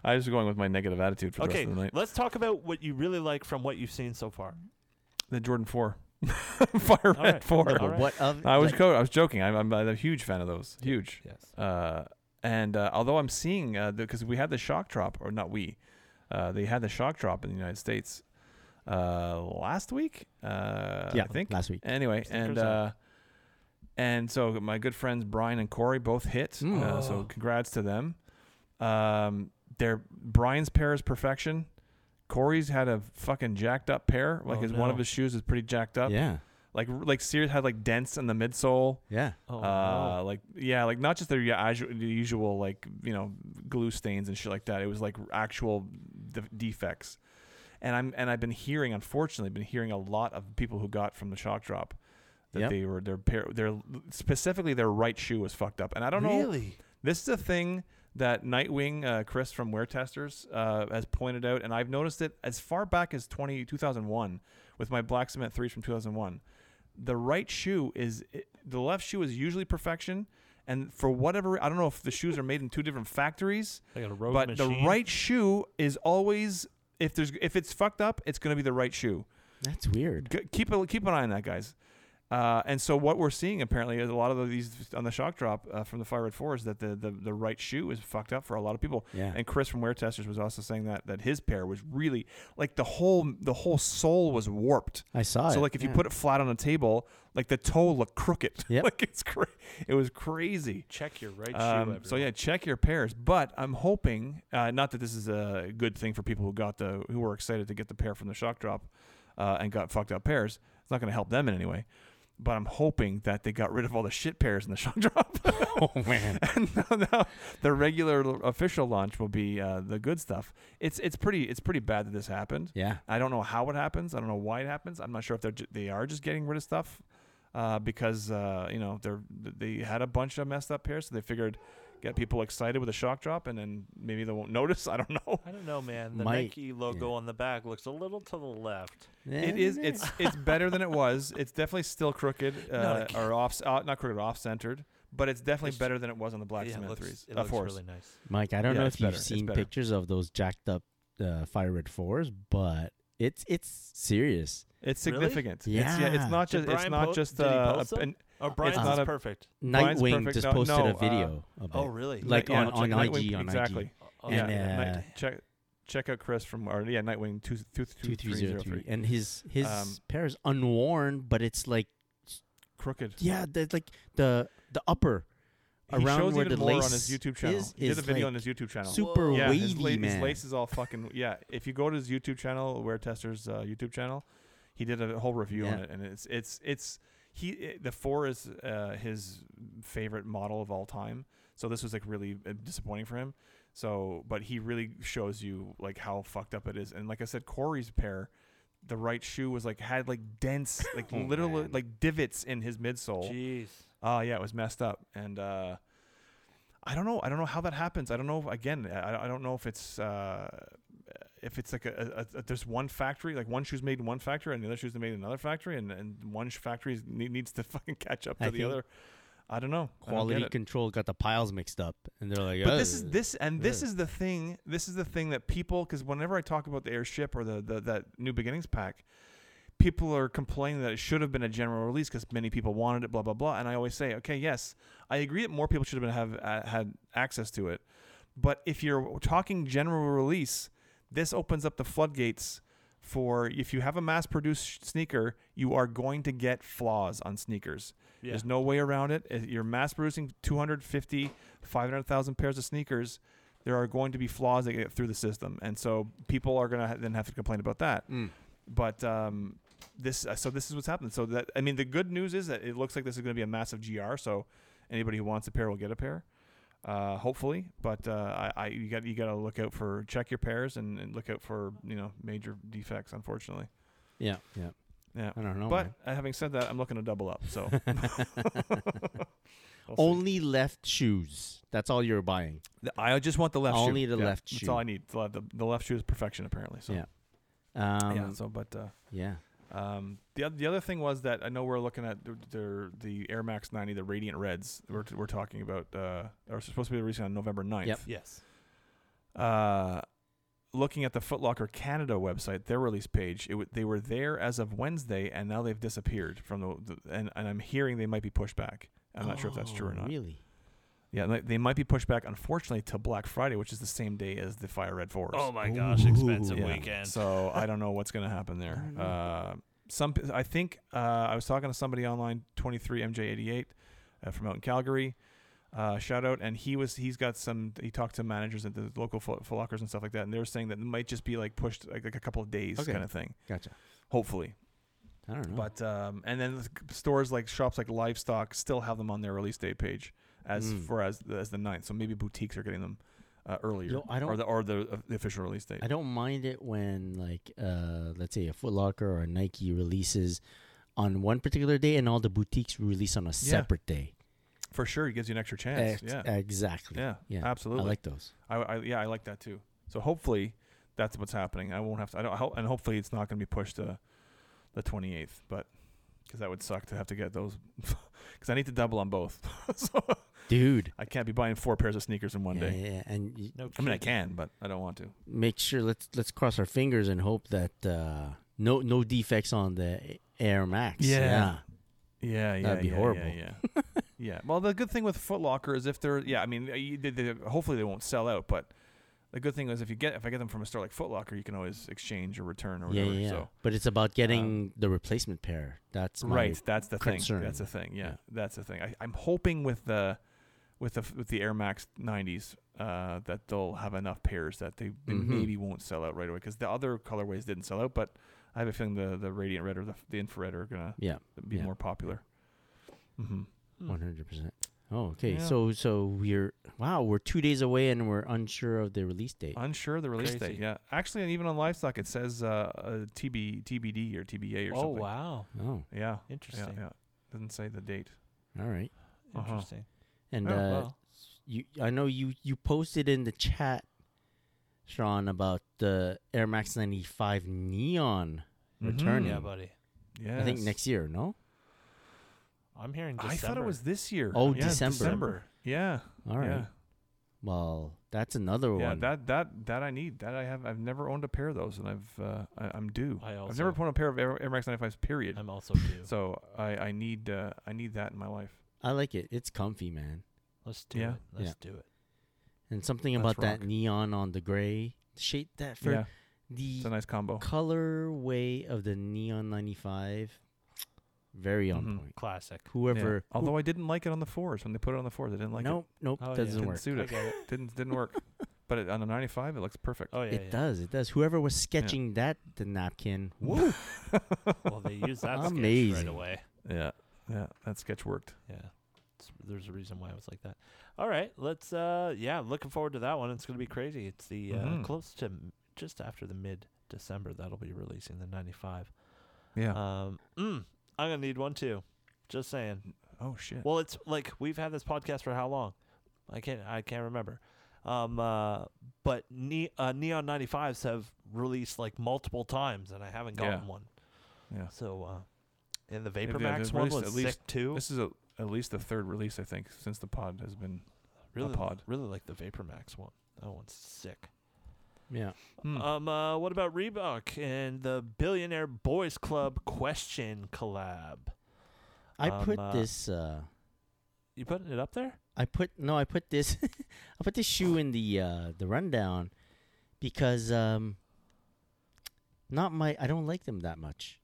I was going with my negative attitude for
okay,
the rest of the night.
let's talk about what you really like from what you've seen so far.
The Jordan Four, [laughs] Fire Red
right.
Four.
All right.
What of?
I was
like-
co- I was joking. I'm, I'm, a huge fan of those. Huge.
Yes.
Uh, and uh, although I'm seeing because we had the shock drop, or not we, uh, they had the shock drop in the United States uh, last week. Uh,
yeah,
I think
last week.
Anyway, and
Stickers on.
uh, and so my good friends Brian and Corey both hit.
Mm.
Uh,
Oh.
so congrats to them. Um, their Brian's pair is perfection. Corey's had a fucking jacked up pair. Like
Oh,
his one
no.
of his shoes is pretty jacked up.
Yeah,
Like like serious had like dents in the midsole.
yeah.
Oh,
Uh, like yeah, like not just the usual, the usual like you know glue stains and shit like that. It was like actual de- defects, and I'm and I've been hearing, unfortunately, been hearing a lot of people who got from the shock drop that
Yep.
they were their pair, their specifically their right shoe was fucked up, and I don't know.
really?
This is a thing that Nightwing uh, Chris from Wear Testers uh, has pointed out, and I've noticed it as far back as 20, 2001 with my Black Cement 3s from 2001. The right shoe is, it, the left shoe is usually perfection. And for whatever, I don't know if the shoes are made in two different factories,
Like a rogue
but
machine?
the right shoe is always, if there's if it's fucked up, it's going to be the right shoe.
That's weird.
G- keep a, keep an eye on that, guys. Uh, and so what we're seeing apparently is a lot of these on the shock drop uh, from the Fire Red Four is that the, the the right shoe is fucked up for a lot of people.
Yeah.
And Chris from Wear Testers was also saying that that his pair was really like the whole the whole sole was warped.
I saw it.
so like if you
yeah. [laughs]
put it flat on a table, like the toe looked crooked. [laughs]
Yep.
like it's cra- it was crazy.
Check your right shoe.
Um, so
everyone.
yeah, check your pairs. But I'm hoping, uh, not that this is a good thing for people who got the who were excited to get the pair from the shock drop uh, and got fucked up pairs. It's not going to help them in any way. But I'm hoping that they got rid of all the shit pairs in the [laughs] shock drop. [laughs]
oh man,
and now, now the regular l- official launch will be uh, the good stuff. It's it's pretty it's pretty bad that this happened.
yeah,
I don't know how it happens. I don't know why it happens. I'm not sure if they're ju- they are just getting rid of stuff uh, because uh, you know they're they had a bunch of messed up pairs, so they figured get people excited with a shock drop, and then maybe they won't [laughs] notice. I don't know.
I don't know, man. The
Might-
Nike logo on the back looks a little to the left.
[laughs] It is. It's it's better than it was. It's definitely still crooked uh, or off uh, [laughs] not crooked off centered, but it's definitely
It's-
better than it was on the black
yeah, it
cement
looks,
threes.
it
Uh,
looks
fours.
really nice.
Mike. I don't
Yeah,
know
it's
if you've
better, it's
seen
better.
pictures of those jacked up uh, fire red fours, but it's it's serious.
It's
Really?
significant. It's, yeah.
Yeah.
It's not
Did
just. It's
Brian
not
po-
just.
did he
Uh,
post
a-
them?
an-
Oh, Brian's
not
is
a-
perfect.
Brian's
Nightwing
perfect.
just
No-
posted
no,
a
uh,
video of
Oh,
it.
really?
Like
yeah,
on,
I'll
on
check
IG,
Nightwing-
on
exactly.
IG.
Oh,
yeah,
And,
yeah,
uh,
night- check check out Chris from or yeah Nightwing two two two three zero three.
2303. And his his
Um,
pair is unworn, but it's like
Crooked.
yeah, the, like the the upper
he
around
shows
where
even
the
more
lace
on his YouTube channel.
is-
he did
is
a video on
like
his YouTube channel.
super
Whoa.
yeah,
wavy
his, la- his
man.
lace is all fucking yeah. If you go to his YouTube channel, Wear Tester's uh, YouTube channel, he did a whole review on
Yeah.
it, and it's it's it's he it- the four is uh, his favorite model of all time. So this was like really uh, disappointing for him. So, but he really shows you like how fucked up it is, and like I said, Corey's pair. The right shoe was like had like dense, like
[laughs] Oh,
literally
man.
like divots in his midsole.
Jeez.
Oh yeah, it was messed up, and uh, I don't know. I don't know how that happens. I don't know. if- Again, I, I don't know if it's uh, if it's like a, a, a there's one factory, like one shoe's made in one factory, and the other shoe's made in another factory, and and one sh- factory is- ne- needs to [laughs] fucking catch up to
I
the
think
other. I don't know. I don't get
Quality
it.
control got the piles mixed up, and they're like,
But this is
"Ugh."
this, and this
yeah.
is the thing. This is the thing that people, because whenever I talk about the airship or the, the that New Beginnings pack, people are complaining that it should have been a general release because many people wanted it, blah blah blah. And I always say, okay, yes, I agree that more people should have been have uh, had access to it. But if you're talking general release, this opens up the floodgates for if you have a mass produced sneaker, you are going to get flaws on sneakers.
Yeah.
There's no way around it. If You're mass producing 250, 500,000 pairs of sneakers. There are going to be flaws that get through the system. And so people are going to then have to complain about that
Mm.
but um, this uh, so this is what's happening. So that I mean, the good news is that it looks like this is going to be a massive gr. So anybody who wants a pair will get a pair, uh, hopefully. But uh, I, I you got you got to look out for check your pairs and, and look out for you know major defects. Unfortunately,
yeah, yeah.
yeah.
I don't know.
but
man.
uh, having said that, I'm looking to double up. [laughs] So We'll see.
only left shoes. That's all you're buying.
The- I just want the left. shoe.
only the
Yeah,
left
That's
shoe.
all I need. The, the, the left shoe is perfection apparently. So
Yeah. Um,
yeah. So but. Uh,
yeah.
Um, the oth- the other thing was that I know we're looking at the the, the Air Max 90, the Radiant Reds. We're, we're talking about uh, are supposed to be releasing on November 9th.
Yep.
Yes.
Uh, looking at the Foot Locker Canada website, their release page, it w- they were there as of Wednesday, and now they've disappeared from the, the and, and I'm hearing they might be pushed back. I'm not sure if that's true or
Oh,
not.
Really?
Yeah, they- they might be pushed back, unfortunately, to Black Friday, which is the same day as the Fire Red Forest.
Oh my gosh,
Ooh.
expensive
Yeah.
weekend.
So I don't know what's going to happen there. Uh, some p- I think uh, I was talking to somebody online, 23MJ88 uh, from out in Calgary. Uh, shout out, and he was he's got some. He talked to managers at the local Foot Foot Lockers and stuff like that, and they were saying that it might just be like pushed like, like a couple of days
Okay. Hmm.
kind of thing.
Gotcha.
Hopefully,
I don't know.
but um, and then the c- stores like shops like Livestock still have them on their release date page as
Mm.
for as the, as the ninth. So maybe boutiques are getting them uh, earlier,
Yo, I
or
don't-
the or the, uh, the official release date.
I don't mind it when, like, uh, let's say a Foot Locker or a Nike releases on one particular day, and all the boutiques release on a separate day.
For sure, it gives you an extra chance.
Ex-
yeah,
Exactly.
yeah,
yeah,
absolutely.
I like those.
I, I yeah, I like that too. So hopefully that's what's happening. I won't have to. I don't. I hope- and hopefully it's not going to be pushed to the 28th, but because that would suck to have to get those. [laughs] Because I need to double on both, [laughs] so
Dude.
I can't be buying four pairs of sneakers in one
yeah,
day.
Yeah, yeah. And y-
no
I mean, I
kidding.
can, but I don't want to.
make sure let's let's cross our fingers and hope that uh, no no defects on the Air Max.
Yeah. Yeah, yeah,
That'd be
yeah,
horrible. [laughs]
Yeah, yeah. yeah. Well, the good thing with Foot Locker is if they're yeah, I mean, uh, you- they, they, hopefully they won't sell out, but the good thing is if you get if I get them from a store like Foot Locker, you can always exchange or return or
yeah,
whatever.
yeah, yeah.
So um,
but it's about getting the replacement pair. That's my
right, that's the
concern.
thing. That's the thing. Yeah,
Yeah.
that's the thing. I, I'm hoping with the with the with the Air Max 90s uh, that they'll have enough pairs that they, they
Mhm.
maybe won't sell out right away because the other colorways didn't sell out, but I have a feeling the the radiant red or the, the infrared are gonna
Yeah,
be
yeah.
more popular. hmm
one hundred percent. Oh, okay.
Yeah.
So so we're wow, we're two days away and we're unsure of the release date.
Unsure of the release date.
Crazy.
Yeah, actually, and even on livestock, it says uh, uh, TB, TBD or TBA or
Oh
something.
wow.
oh,
Yeah, yeah,
Interesting.
yeah. Doesn't say the date.
all right.
Uh-huh.
Interesting.
And
Oh,
uh,
wow.
you, I know you you posted in the chat, Sean, about the Air Max ninety five neon returning.
Yeah, buddy.
Yeah,
I think next year. No.
I'm hearing December.
I thought it was this year.
Oh,
Yeah,
December.
December. Yeah.
All right.
Yeah.
Well, that's another
Yeah,
one.
that that that I need. That I have. I've never owned a pair of those, and I've uh, I, I'm due.
I
have never
also-
owned a pair of Air, Air Max 95s. Period.
I'm also due.
[laughs] so I I need uh, I need that in my life.
I like it. It's comfy, man.
Let's do
Yeah.
it. Let's
Yeah.
do it.
And something
Let's
about that
rock.
neon on the gray shade that for
yeah,
the
it's a nice combo.
colorway of the neon 95 Very on
Mhm.
point.
Classic.
Whoever.
Yeah. Although I didn't like it on the fours when they put it on the fours, I didn't like
nope, nope,
Oh, yeah.
doesn't
it. Didn't
work.
suit
I
it.
get it.
didn't didn't work.
[laughs]
But it, on a 95, it looks perfect.
Oh yeah.
it
yeah.
does. It does. Whoever was sketching that the napkin. Woo.
[laughs]
Well, they use
[laughs]
that sketch right
Amazing.
away.
Yeah, yeah, that sketch worked.
Yeah. It's, there's a reason why it was like that. All right, let's. uh Yeah, looking forward to that one. It's gonna be crazy. It's the uh,
Mhm.
close to m- just after the mid December that'll be releasing the '95.
Yeah.
Um, mm, I'm gonna need one too. Just saying.
oh shit.
Well, it's like we've had this podcast for how long? I can't I can't remember. Um, uh, but ne- uh, Neon 95s have released like multiple times, and I haven't gotten
Yeah.
one.
Yeah.
So, uh, and the
they've
Vapormax one
released
was
at
sick
least-
too.
This is a, at least the third release I think since the pod has been.
Really,
pod.
really like the Vapormax one. That one's sick.
yeah.
Hmm.
Um, uh, what about Reebok and the Billionaire Boys Club question collab?
I
Um,
put
uh,
this. Uh,
You putting it up
[laughs]
there?
I put no. I put this. [laughs] I put this shoe in the uh, the rundown because um, not my. I don't like them that much.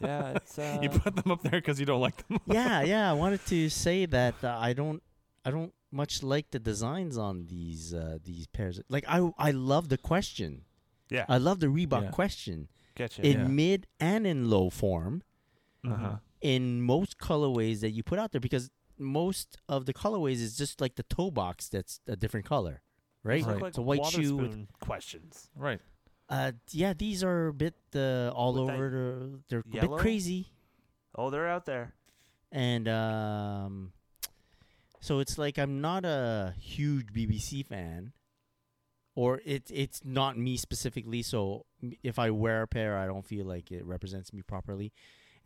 yeah, it's. Uh,
you put them up there because you don't like them.
yeah, yeah. I wanted to say that uh, I don't. I don't much like the designs on these uh, these pairs. Like I, I love the question.
yeah,
I love the Reebok
Yeah.
question
getcha.
in
Yeah.
mid and in low form.
[laughs] Uh-huh.
in most colorways that you put out there because most of the colorways is just like the toe box that's a different color, right?
Look
Right.
like
It's a white
water
shoe with-
spoon questions.
Right.
Uh, yeah, these are a bit uh, all
With that
over. The, they're a
yellow?
bit crazy,
Oh, they're out there.
and um, so it's like I'm not a huge BBC fan, or it it's not me specifically. So m- if I wear a pair, I don't feel like it represents me properly,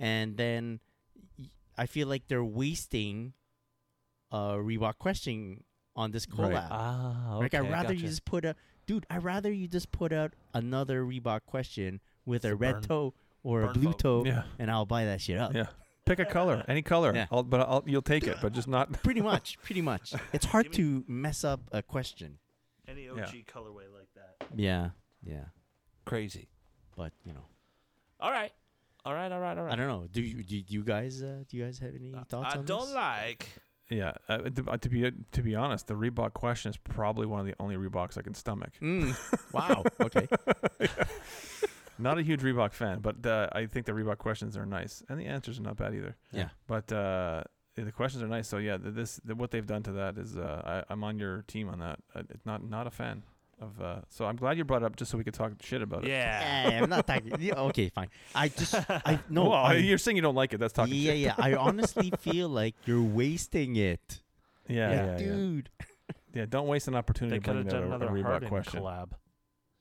and then y- I feel like they're wasting uh Reebok question on this collab.
Right.
Ah,
Like I'd rather you just put a dude. I'd rather you just put out another Reebok question with
It's
a
a
red
burn-
toe or a
burn
blue
vote.
toe,
Yeah.
and I'll buy that shit up.
Yeah. Pick a color, any color.
Yeah.
I'll, but I'll, you'll take it, but just [laughs] not.
Pretty much, pretty much. [laughs] It's hard to mess up a question.
any OG
Yeah.
colorway like that.
Yeah, yeah.
Crazy.
But you know,
All right, all right, all right, all right.
I don't know. Do you do, do you guys uh, do you guys have any thoughts
I
on
don't
this?
like.
Yeah. Uh, to, to be to be honest, the Reebok question is probably one of the only Reeboks I can stomach.
Mm. Wow. Okay.
Not a huge Reebok fan, but uh, I think the Reebok questions are nice, and the answers are not bad either.
[laughs] Yeah.
But uh, the questions are nice. So yeah, th this th what they've done to that is uh, I, I'm on your team on that. Uh, it's not not a fan of. Uh, so I'm glad you brought it up just so we could talk shit about it.
[laughs] Yeah.
[laughs] Eh, I'm not talking. yeah, Okay, fine. I just I no.
Well,
I,
you're saying you don't like it. That's talking.
yeah,
shit.
yeah. I honestly feel like you're wasting it,
[laughs] Yeah, yeah, yeah,
dude.
Yeah, Don't waste
[laughs]
an opportunity
they
to
could
bring
have done
out
another
a, a Reebok
Harden
question.
collab.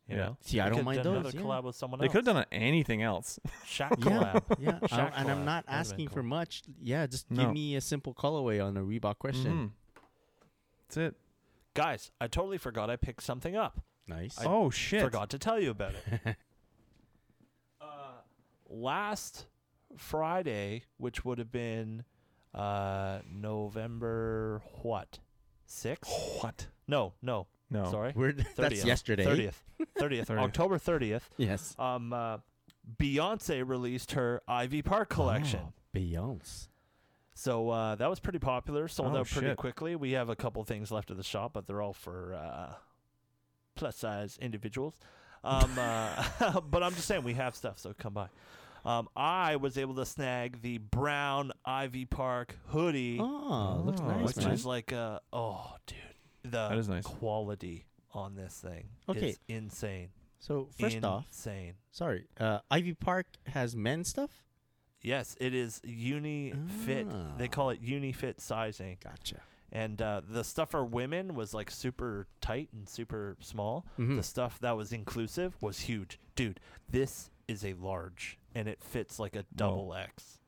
You
Yeah.
know?
See, I
They
don't
could've
mind
done
those,
Another
yeah.
collab with someone
They
else.
could have done anything else.
Shaq
Yeah,
collab.
yeah, I
Shaq
don't- and
collab. That would've
I'm not
been
asking for
cool.
much. Yeah, just
No.
give me a simple colorway on a Reebok question.
Mhm. That's it.
Guys, I totally forgot I picked something up.
Nice.
oh shit!
Forgot to tell you about it. uh, last Friday, which would have been uh, November what? Six?
What?
No, no.
No.
Sorry.
[laughs] We're, that's yesterday.
30th. [laughs] 30th.
30th.
October 30th.
Yes.
Um, uh, Beyonce released her Ivy Park collection.
Oh, Beyonce.
So uh, that was pretty popular, sold
Oh,
out pretty
shit.
quickly. We have a couple things left at the shop, but they're all for uh, plus size individuals. Um, uh, [laughs] but I'm just saying, we have stuff, so come by. Um, I was able to snag the brown Ivy Park hoodie,
Oh, looks
Oh,
nice,
which
that's
man.
is like, a, oh, dude, the
That is nice.
quality on this thing
Okay.
is insane.
so first off,
insane.
sorry, uh, Ivy Park has men's stuff.
Yes, it is uni fit. They
Ah.
call it uni fit sizing.
Gotcha.
And uh, the stuff for women was like super tight and super small. The
Mhm.
stuff that was inclusive was huge. Dude, this is a large and it fits like a double X.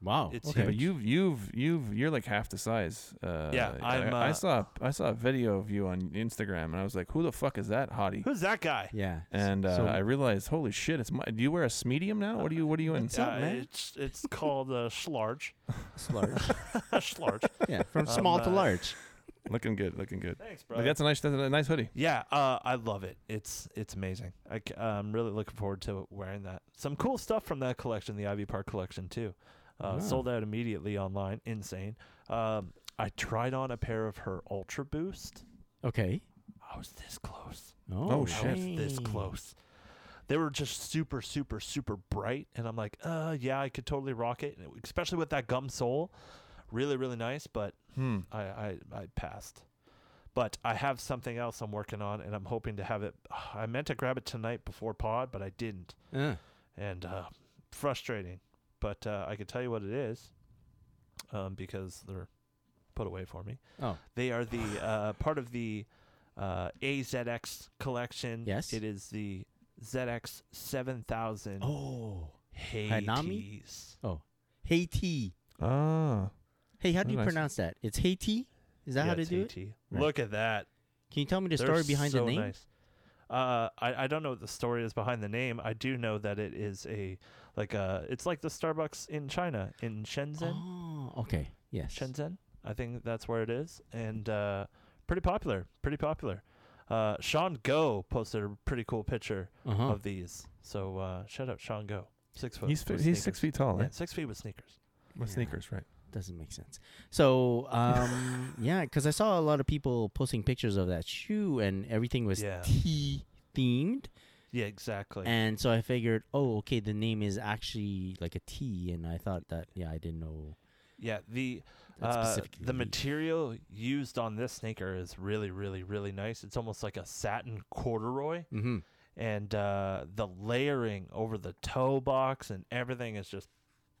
Wow.
It's
Okay,
huge.
but you've you've you've you're like half the size. Uh,
Yeah, I'm,
I, I
uh,
saw I saw a video of you on Instagram, and I was like, "Who the fuck is that hottie?"
Who's that guy?
yeah.
And uh,
So-
I realized, "Holy shit! It's my, do you wear a medium now? What do you what are you in?"
What's up,
Uh,
man?
It's, it's called a schlarge.
It's large.
[laughs] schlarge.
yeah, from
Um,
small to
uh,
large.
looking good, looking good.
Thanks,
Like, that's a nice, that's a nice hoodie.
Yeah, uh, I love it. It's it's amazing. I, am really looking forward to wearing that. Some cool stuff from that collection, the Ivy Park collection too. Uh,
Wow.
Sold out immediately online. Insane. Um, I tried on a pair of her Ultra Boost.
Okay.
I was this close.
Oh,
I was this
dang.
close. They were just super, super, super bright, and I'm like, uh, yeah, I could totally rock it, and it- especially with that gum sole. Really, really nice, but
Hmm.
I, I, I passed. But I have something else I'm working on, and I'm hoping to have it. I meant to grab it tonight before pod, but I didn't,
Uh,
and uh, frustrating. But uh, I can tell you what it is, um, because they're put away for me.
oh,
They are
[sighs]
the uh, part of the uh, AZX collection.
Yes.
it is the ZX seven thousand.
oh, Hanami?
Hades.
oh. Haiti.
Ah,
Hey, how do
Very
you
nice.
pronounce that? It's Haiti. Is that
Yeah,
how to
it's
do it?
AT.
Right.
Look at that.
Can you tell me the
They're
story behind
so
the name?
nice. Uh, I, I don't know what the story is behind the name. I do know that it is a like a it's like the Starbucks in China in Shenzhen.
Oh, okay. Yes.
Shenzhen, I think that's where it is, and uh, pretty popular. Pretty popular. Uh, Sean Go posted a pretty cool picture
Uh-huh.
of these. So uh, shout out Sean Go, six foot.
he's fi-
with
he's six
sneakers.
feet tall,
Yeah,
right?
six feet with sneakers.
With
Yeah.
sneakers, right?
Doesn't make sense. So,
[laughs]
um, yeah, because I saw a lot of people posting pictures of that shoe, and everything was
Yeah.
tea themed.
Yeah, exactly.
And so I figured, oh, okay, the name is actually like a T, and I thought that, yeah, I didn't know.
yeah, the
that
Uh,
specifically.
the material used on this sneaker is really, really, really nice. It's almost like a satin corduroy,
Mhm.
and uh, the layering over the toe box and everything is just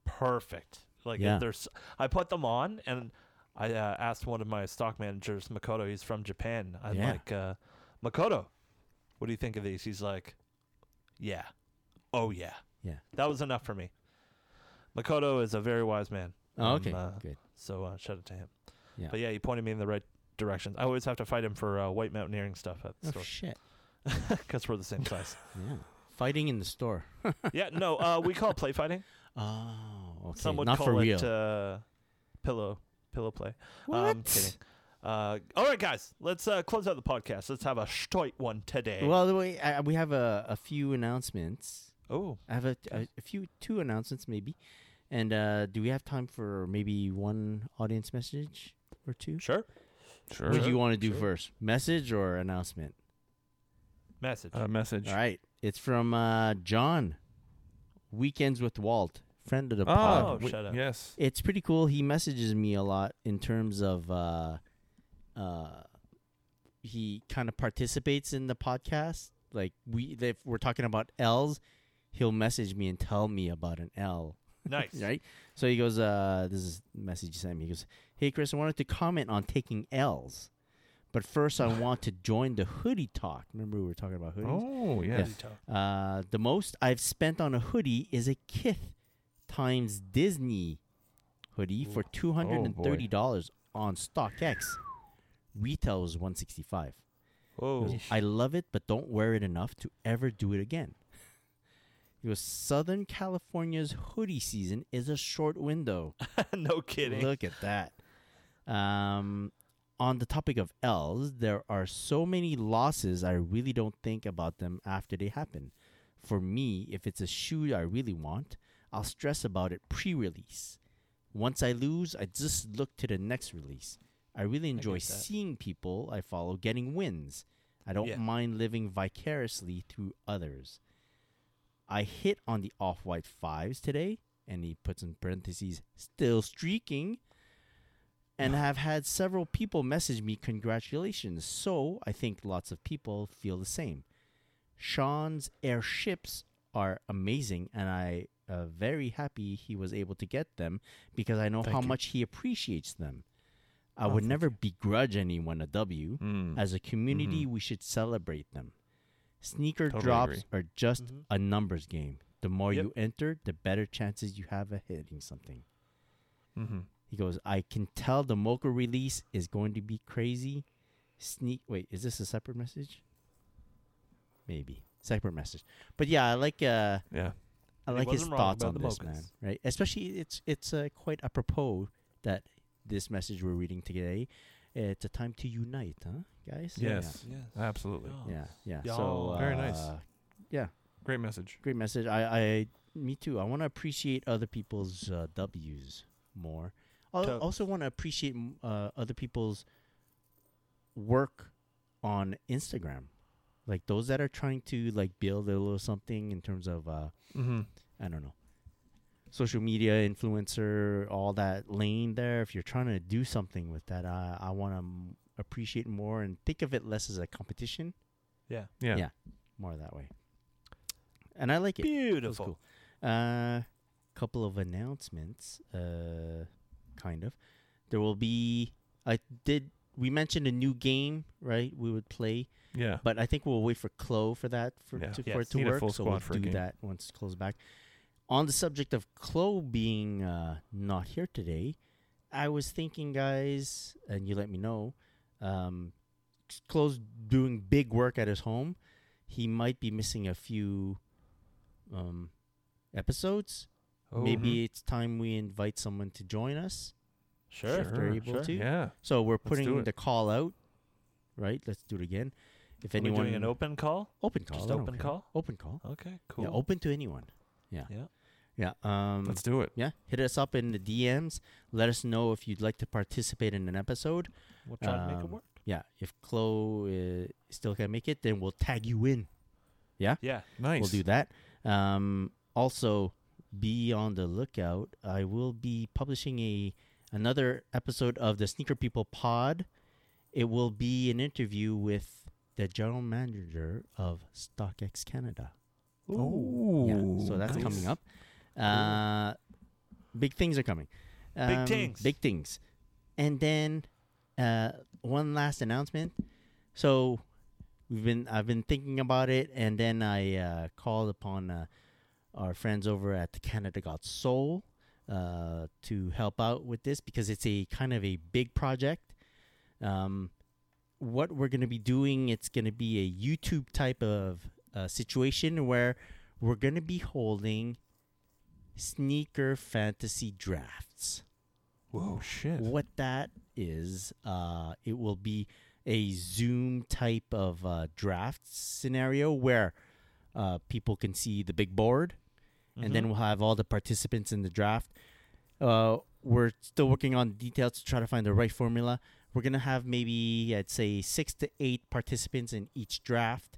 perfect. Like
Yeah.
if there's, I put them on and I uh, asked one of my stock managers, Makoto. He's from Japan. I'm
Yeah.
like, uh, Makoto, what do you think of these? He's like, Yeah, oh yeah,
Yeah.
That was enough for me. Makoto is a very wise man.
Oh, okay.
Um, uh,
Good.
so uh, shout out to him.
Yeah.
But yeah, he pointed me in the right direction. I always have to fight him for uh, white mountaineering stuff at the
Oh, [laughs]
store
shit.
because we're the same size.
Yeah. Fighting in the store.
yeah, no, uh, we call it play fighting.
Oh, okay.
Some would
Not
call
for
it
real.
Uh, pillow pillow play.
what?
Um, kidding. Uh, all right, guys, let's uh, close out the podcast. Let's have a shtoit one today.
Well, the way I, we have a, a few announcements.
oh,
I have a, a, a few, two announcements maybe. And uh, do we have time for maybe one audience message or two?
sure.
Sure.
what do you want to do first? Message or announcement?
Message.
Uh, message.
All right. It's from uh, John, Weekends with Walt, friend of the pod.
Oh,
Ah, we-
shut up.
Yes.
It's pretty cool. He messages me a lot in terms of uh, uh, he kind of participates in the podcast. Like we, if we're talking about L's, he'll message me and tell me about an L.
nice.
Right. So he goes, uh, this is the message he sent me. He goes, Hey Chris, I wanted to comment on taking L's. But first I want to join the hoodie talk. Remember we were talking about hoodies?
Oh, yes.
Uh, the most I've spent on a hoodie is a Kith times Disney hoodie for two hundred and thirty dollars on StockX. Retail was one sixty five.
Whoa.
I love it, but don't wear it enough to ever do it again. It was Southern California's hoodie season is a short window.
[laughs] no kidding.
Look at that. Um, on the topic of L's, there are so many losses I really don't think about them after they happen. For me, if it's a shoe I really want, I'll stress about it pre release. Once I lose, I just look to the next release. I really enjoy
get that.
seeing people I follow getting wins. I don't
Yeah.
mind living vicariously through others. I hit on the off white fives today, and he puts in parentheses, still streaking, and have had several people message me congratulations. So I think lots of people feel the same. Sean's airships are amazing, and I uh, very happy he was able to get them because I know how much he appreciates them. I
Oh,
would never begrudge anyone a W.
Mm.
As a community, we should celebrate them. Sneaker
Mm-hmm. Totally
drops
agree.
are just
Mhm.
a numbers game. The more
Yep.
you enter, the better chances you have of hitting something.
Mm-hmm.
He goes, I can tell the Mocha release is going to be crazy. Sneak. Wait, is this a separate message? Maybe separate message. But yeah, I like uh,
Yeah.
I
He
like his
wasn't wrong
thoughts
about
on
the
this,
Mochas.
man. Right? Especially it's it's uh, quite apropos that this message we're reading today It's a time to unite, huh, guys?
Yes. Absolutely.
Yeah. Yeah. yeah.
Yeah.
So
Very
nice.
uh, Yeah.
Great message.
Great message. I, I, me too. I want to appreciate other people's uh, W's more. I
Totes.
also want to appreciate m- uh, other people's work on Instagram, like those that are trying to like build a little something in terms of uh,
Mm-hmm.
I don't know, social media influencer, all that lane there. If you're trying to do something with that, I, I want to m- appreciate more and think of it less as a competition,
Yeah.
Yeah.
Yeah. more that way. And I like it. That was
Beautiful.
cool. Uh, couple of announcements, uh, kind of. There will be. I did. We mentioned a new game, right? We would play,
Yeah.
but I think we'll wait for Chloe for that for,
Yeah.
to,
Yes.
for it to
Need a
work.
full
so we'll
squad for a
do
game.
that once Chloe's back. On the subject of Chloe being uh, not here today, I was thinking, guys, and you let me know. Um, Chloe's doing big work at his home. He might be missing a few um, episodes.
Oh,
Maybe it's time we invite someone to join us
Sure.
if they're able
sure.
to.
Yeah.
So we're
do
putting
it.
the call out, right? Let's do it again. If
Are we
anyone
doing an open call?
open call,
Just
I don't
open
care.
call?
open call,
Okay. Cool.
yeah, oh, open to anyone. Yeah,
Yeah.
yeah. Um,
Let's do it.
yeah, hit us up in the DMs. Let us know if you'd like to participate in an episode.
We'll try to make it
Um,
work.
Yeah, if Chloe uh, still can't make it, then we'll tag you in.
Yeah.
Nice.
We'll do that. Um, also, be on the lookout. I will be publishing a another episode of the Sneaker People Pod. It will be an interview with the general manager of StockX Canada.
Ooh.
oh, yeah, so that's coming up. Uh, big things are coming. Um,
things.
Big things. And then uh, one last announcement. So we've been I've been thinking about it, and then I uh, called upon uh, our friends over at the Canada Got Soul uh, to help out with this because it's a kind of a big project. Um, what we're going to be doing, it's going to be a YouTube type of uh, situation where we're going to be holding sneaker fantasy drafts.
Whoa, shit.
What that is, uh, it will be a Zoom type of uh, draft scenario where uh, people can see the big board, and then we'll have all the participants in the draft. Uh, we're still working on details to try to find the right formula. We're gonna have maybe I'd say six to eight participants in each draft,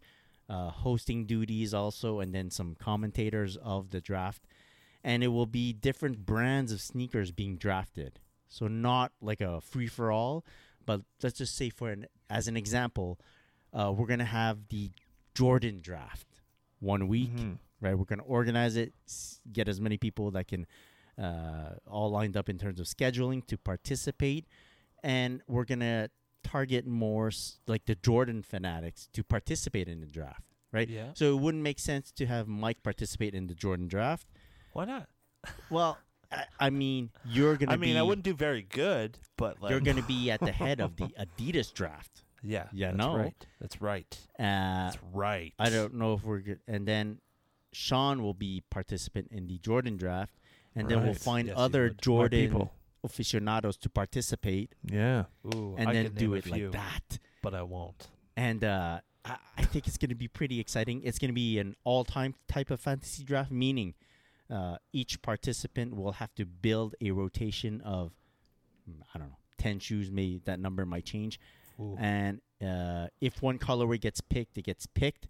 uh, hosting duties also, and then some commentators of the draft. And it will be different brands of sneakers being drafted. So not like a free for all, but let's just say for an as an example, uh, we're gonna have the Jordan draft one week,
Mm-hmm.
right? We're gonna organize it, s- get as many people that can uh, all lined up in terms of scheduling to participate, and we're gonna target more s- like the Jordan fanatics to participate in the draft, right?
Yeah.
So it wouldn't make sense to have Mike participate in the Jordan draft.
Why not?
Well, I, I mean, you're gonna.
I mean, I
be-
wouldn't do very good, but like
You're gonna be at the
[laughs]
head of the Adidas draft.
Yeah.
Yeah,
That's
no.
Right. That's right.
Uh,
That's right.
I don't know if we're good. And then Sean will be participant in the Jordan draft, and then we'll
Right.
find
Yes, he
other
would. More
Jordan
people.
aficionados to participate,
Yeah.
Ooh,
and
I
then
could
do
name a
it like
few,
that.
but I won't.
And uh, I, I think it's going to be pretty exciting. It's going to be an all-time type of fantasy draft, meaning uh, each participant will have to build a rotation of, mm, I don't know, ten shoes. Maybe that number might change.
Ooh.
And uh, if one colorway gets picked, it gets picked.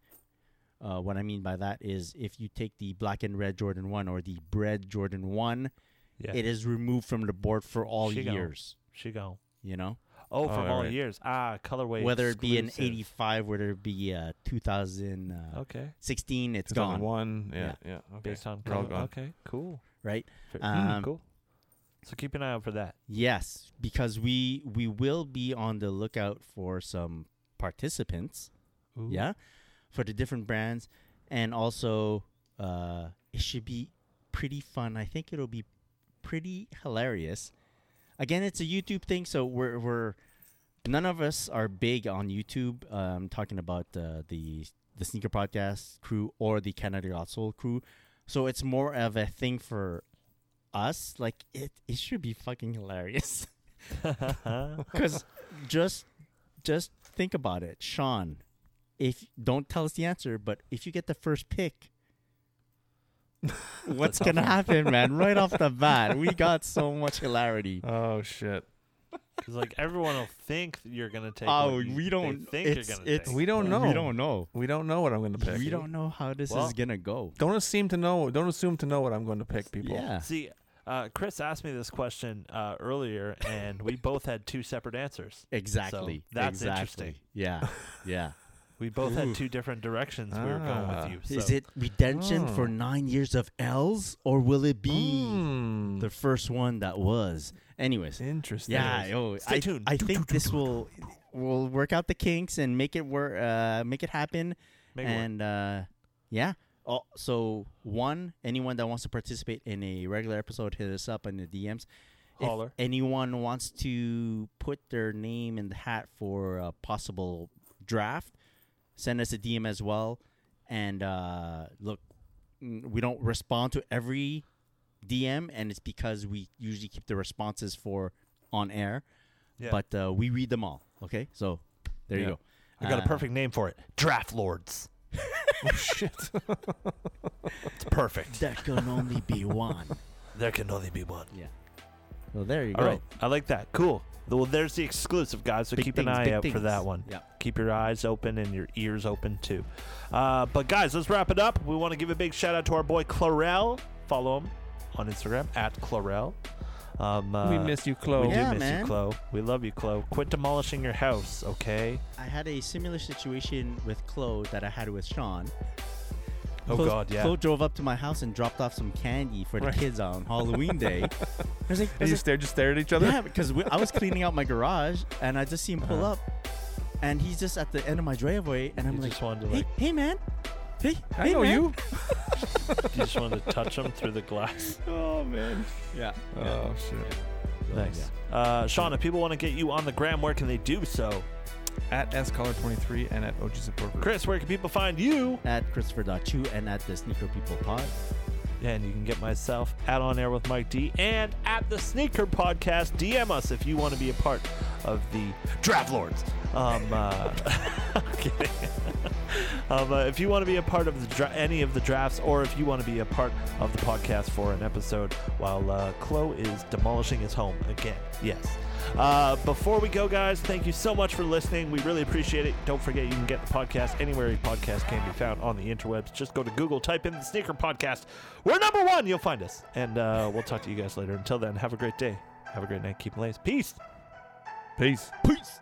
Uh, what I mean by that is if you take the black and red Jordan 1 or the bread Jordan 1,
Yeah.
it is removed from the board for all
She gone.
years,
She gone.
you know?
Oh,
Oh,
from
yeah,
all
right.
years. Ah, colorway.
whether it be an
exclusive.
85, whether it be uh, 2016, uh,
Okay.
16, it's gone,
One. Yeah. Yeah. Okay.
Based on
They're all
color.
gone.
Okay. Cool.
right?
Fair-
Um,
cool. So keep an eye out for that.
Yes, because we we will be on the lookout for some participants.
Ooh.
yeah for the different brands and also uh it should be pretty fun i think it'll be pretty hilarious again it's a youtube thing so we're we're none of us are big on youtube um talking about uh, the the sneaker podcast crew or the canada got soul crew so it's more of a thing for [laughs]
[laughs]
us like it it should be fucking hilarious because just just think about it, Sean. If don't tell us the answer, but if you get the first
[laughs]
pick, what's gonna happen, man? Right off the bat, we got so much hilarity.
Oh shit.
Because like everyone will think you're gonna take.
Oh,
what you-
we
they
don't.
think
it's,
you're gonna
it's,
take.
We don't know.
We don't know.
We don't know what I'm going to pick.
We don't know how this
Well-
is gonna go.
Don't assume to know. Don't assume to know what I'm going to pick, people.
Yeah.
See, uh, Chris asked me this question uh, earlier, and we both had two separate answers.
Exactly.
that's
exactly.
interesting.
[laughs]
Yeah. Yeah.
We both had two different directions we were going
Ah.
with you. So. Hmm.
Is it redemption for nine years of L's, or will it be
Hmm.
the first one that was? Anyways,
Interesting.
yeah. Oh,
Stay
I,
tuned.
I think this will will work out the kinks and make it work. Uh, make it happen.
Make it work.
and uh, yeah. Oh, so one, anyone that wants to participate in a regular episode, hit us up in the DMs. If
Holler.
anyone wants to put their name in the hat for a possible draft, send us a DM as well. And uh, look, n- we don't respond to every DM, and it's because we usually keep the responses for on air.
Yeah.
But uh, we read them all. Okay, so there
Yeah.
you go.
I got a
Uh,
perfect name for it. Draft lords.
Oh,
[laughs]
Shit.
It's perfect.
There can only [laughs] be one.
there can only be one.
Yeah. Well, there you
All
go.
right, I like that. Cool. Th- Well, there's the exclusive, guys. So
Big
keep an
things,
eye
big
out for that
things.
one.
Yeah.
Keep your eyes open and your ears open too. Uh, but guys, let's wrap it up. We want to give a big shout out to our boy Clarel. Follow him on Instagram at Clarel. Um, uh,
we miss you, Chloe.
We do
Yeah,
miss
man.
you, Chloe. We love you, Chloe. Quit demolishing your house, okay?
I had a similar situation with Chloe that I had with Sean.
Oh
Chloe-
God, yeah.
Chloe drove up to my house and dropped off some candy for the
Right.
kids on Halloween
[laughs]
day. I was like, I
And
was
you
like,
stare, just stare at each other.
yeah, because we, I was cleaning out my garage and I just see him pull up, and he's just at the end of my driveway, and
Uh-huh.
I'm
You
like,
just wanted to,
hey,
like-
hey, man, hey,
I
hey,
know
man."
you.
you just wanted to touch him through the glass.
Oh man.
Yeah.
Oh shit.
[laughs] Nice. Uh, Sean, if people want to get you on the gram, where can they do so?
At scollar23 and at OG support. Group.
Chris, where can people find you?
At Christopher.chu and at the Sneaker People Pod.
And you can get myself at On Air with Mike D and at the Sneaker Podcast. DM us if you want to be a part of the Draft Lords. Um, uh, [laughs] I'm kidding. [laughs] um, uh, if you want to be a part of the dra- any of the drafts, or if you want to be a part of the podcast for an episode while uh, Chloe is demolishing his home again, yes. Uh, before we go, guys, thank you so much for listening. We really appreciate it. Don't forget, you can get the podcast anywhere a podcast can be found on the interwebs. Just go to Google, type in the Sneaker Podcast. We're number one. You'll find us. And uh, we'll talk to you guys later. Until then, have a great day. Have a great night. Keep them lace. Peace.
Peace.
Peace.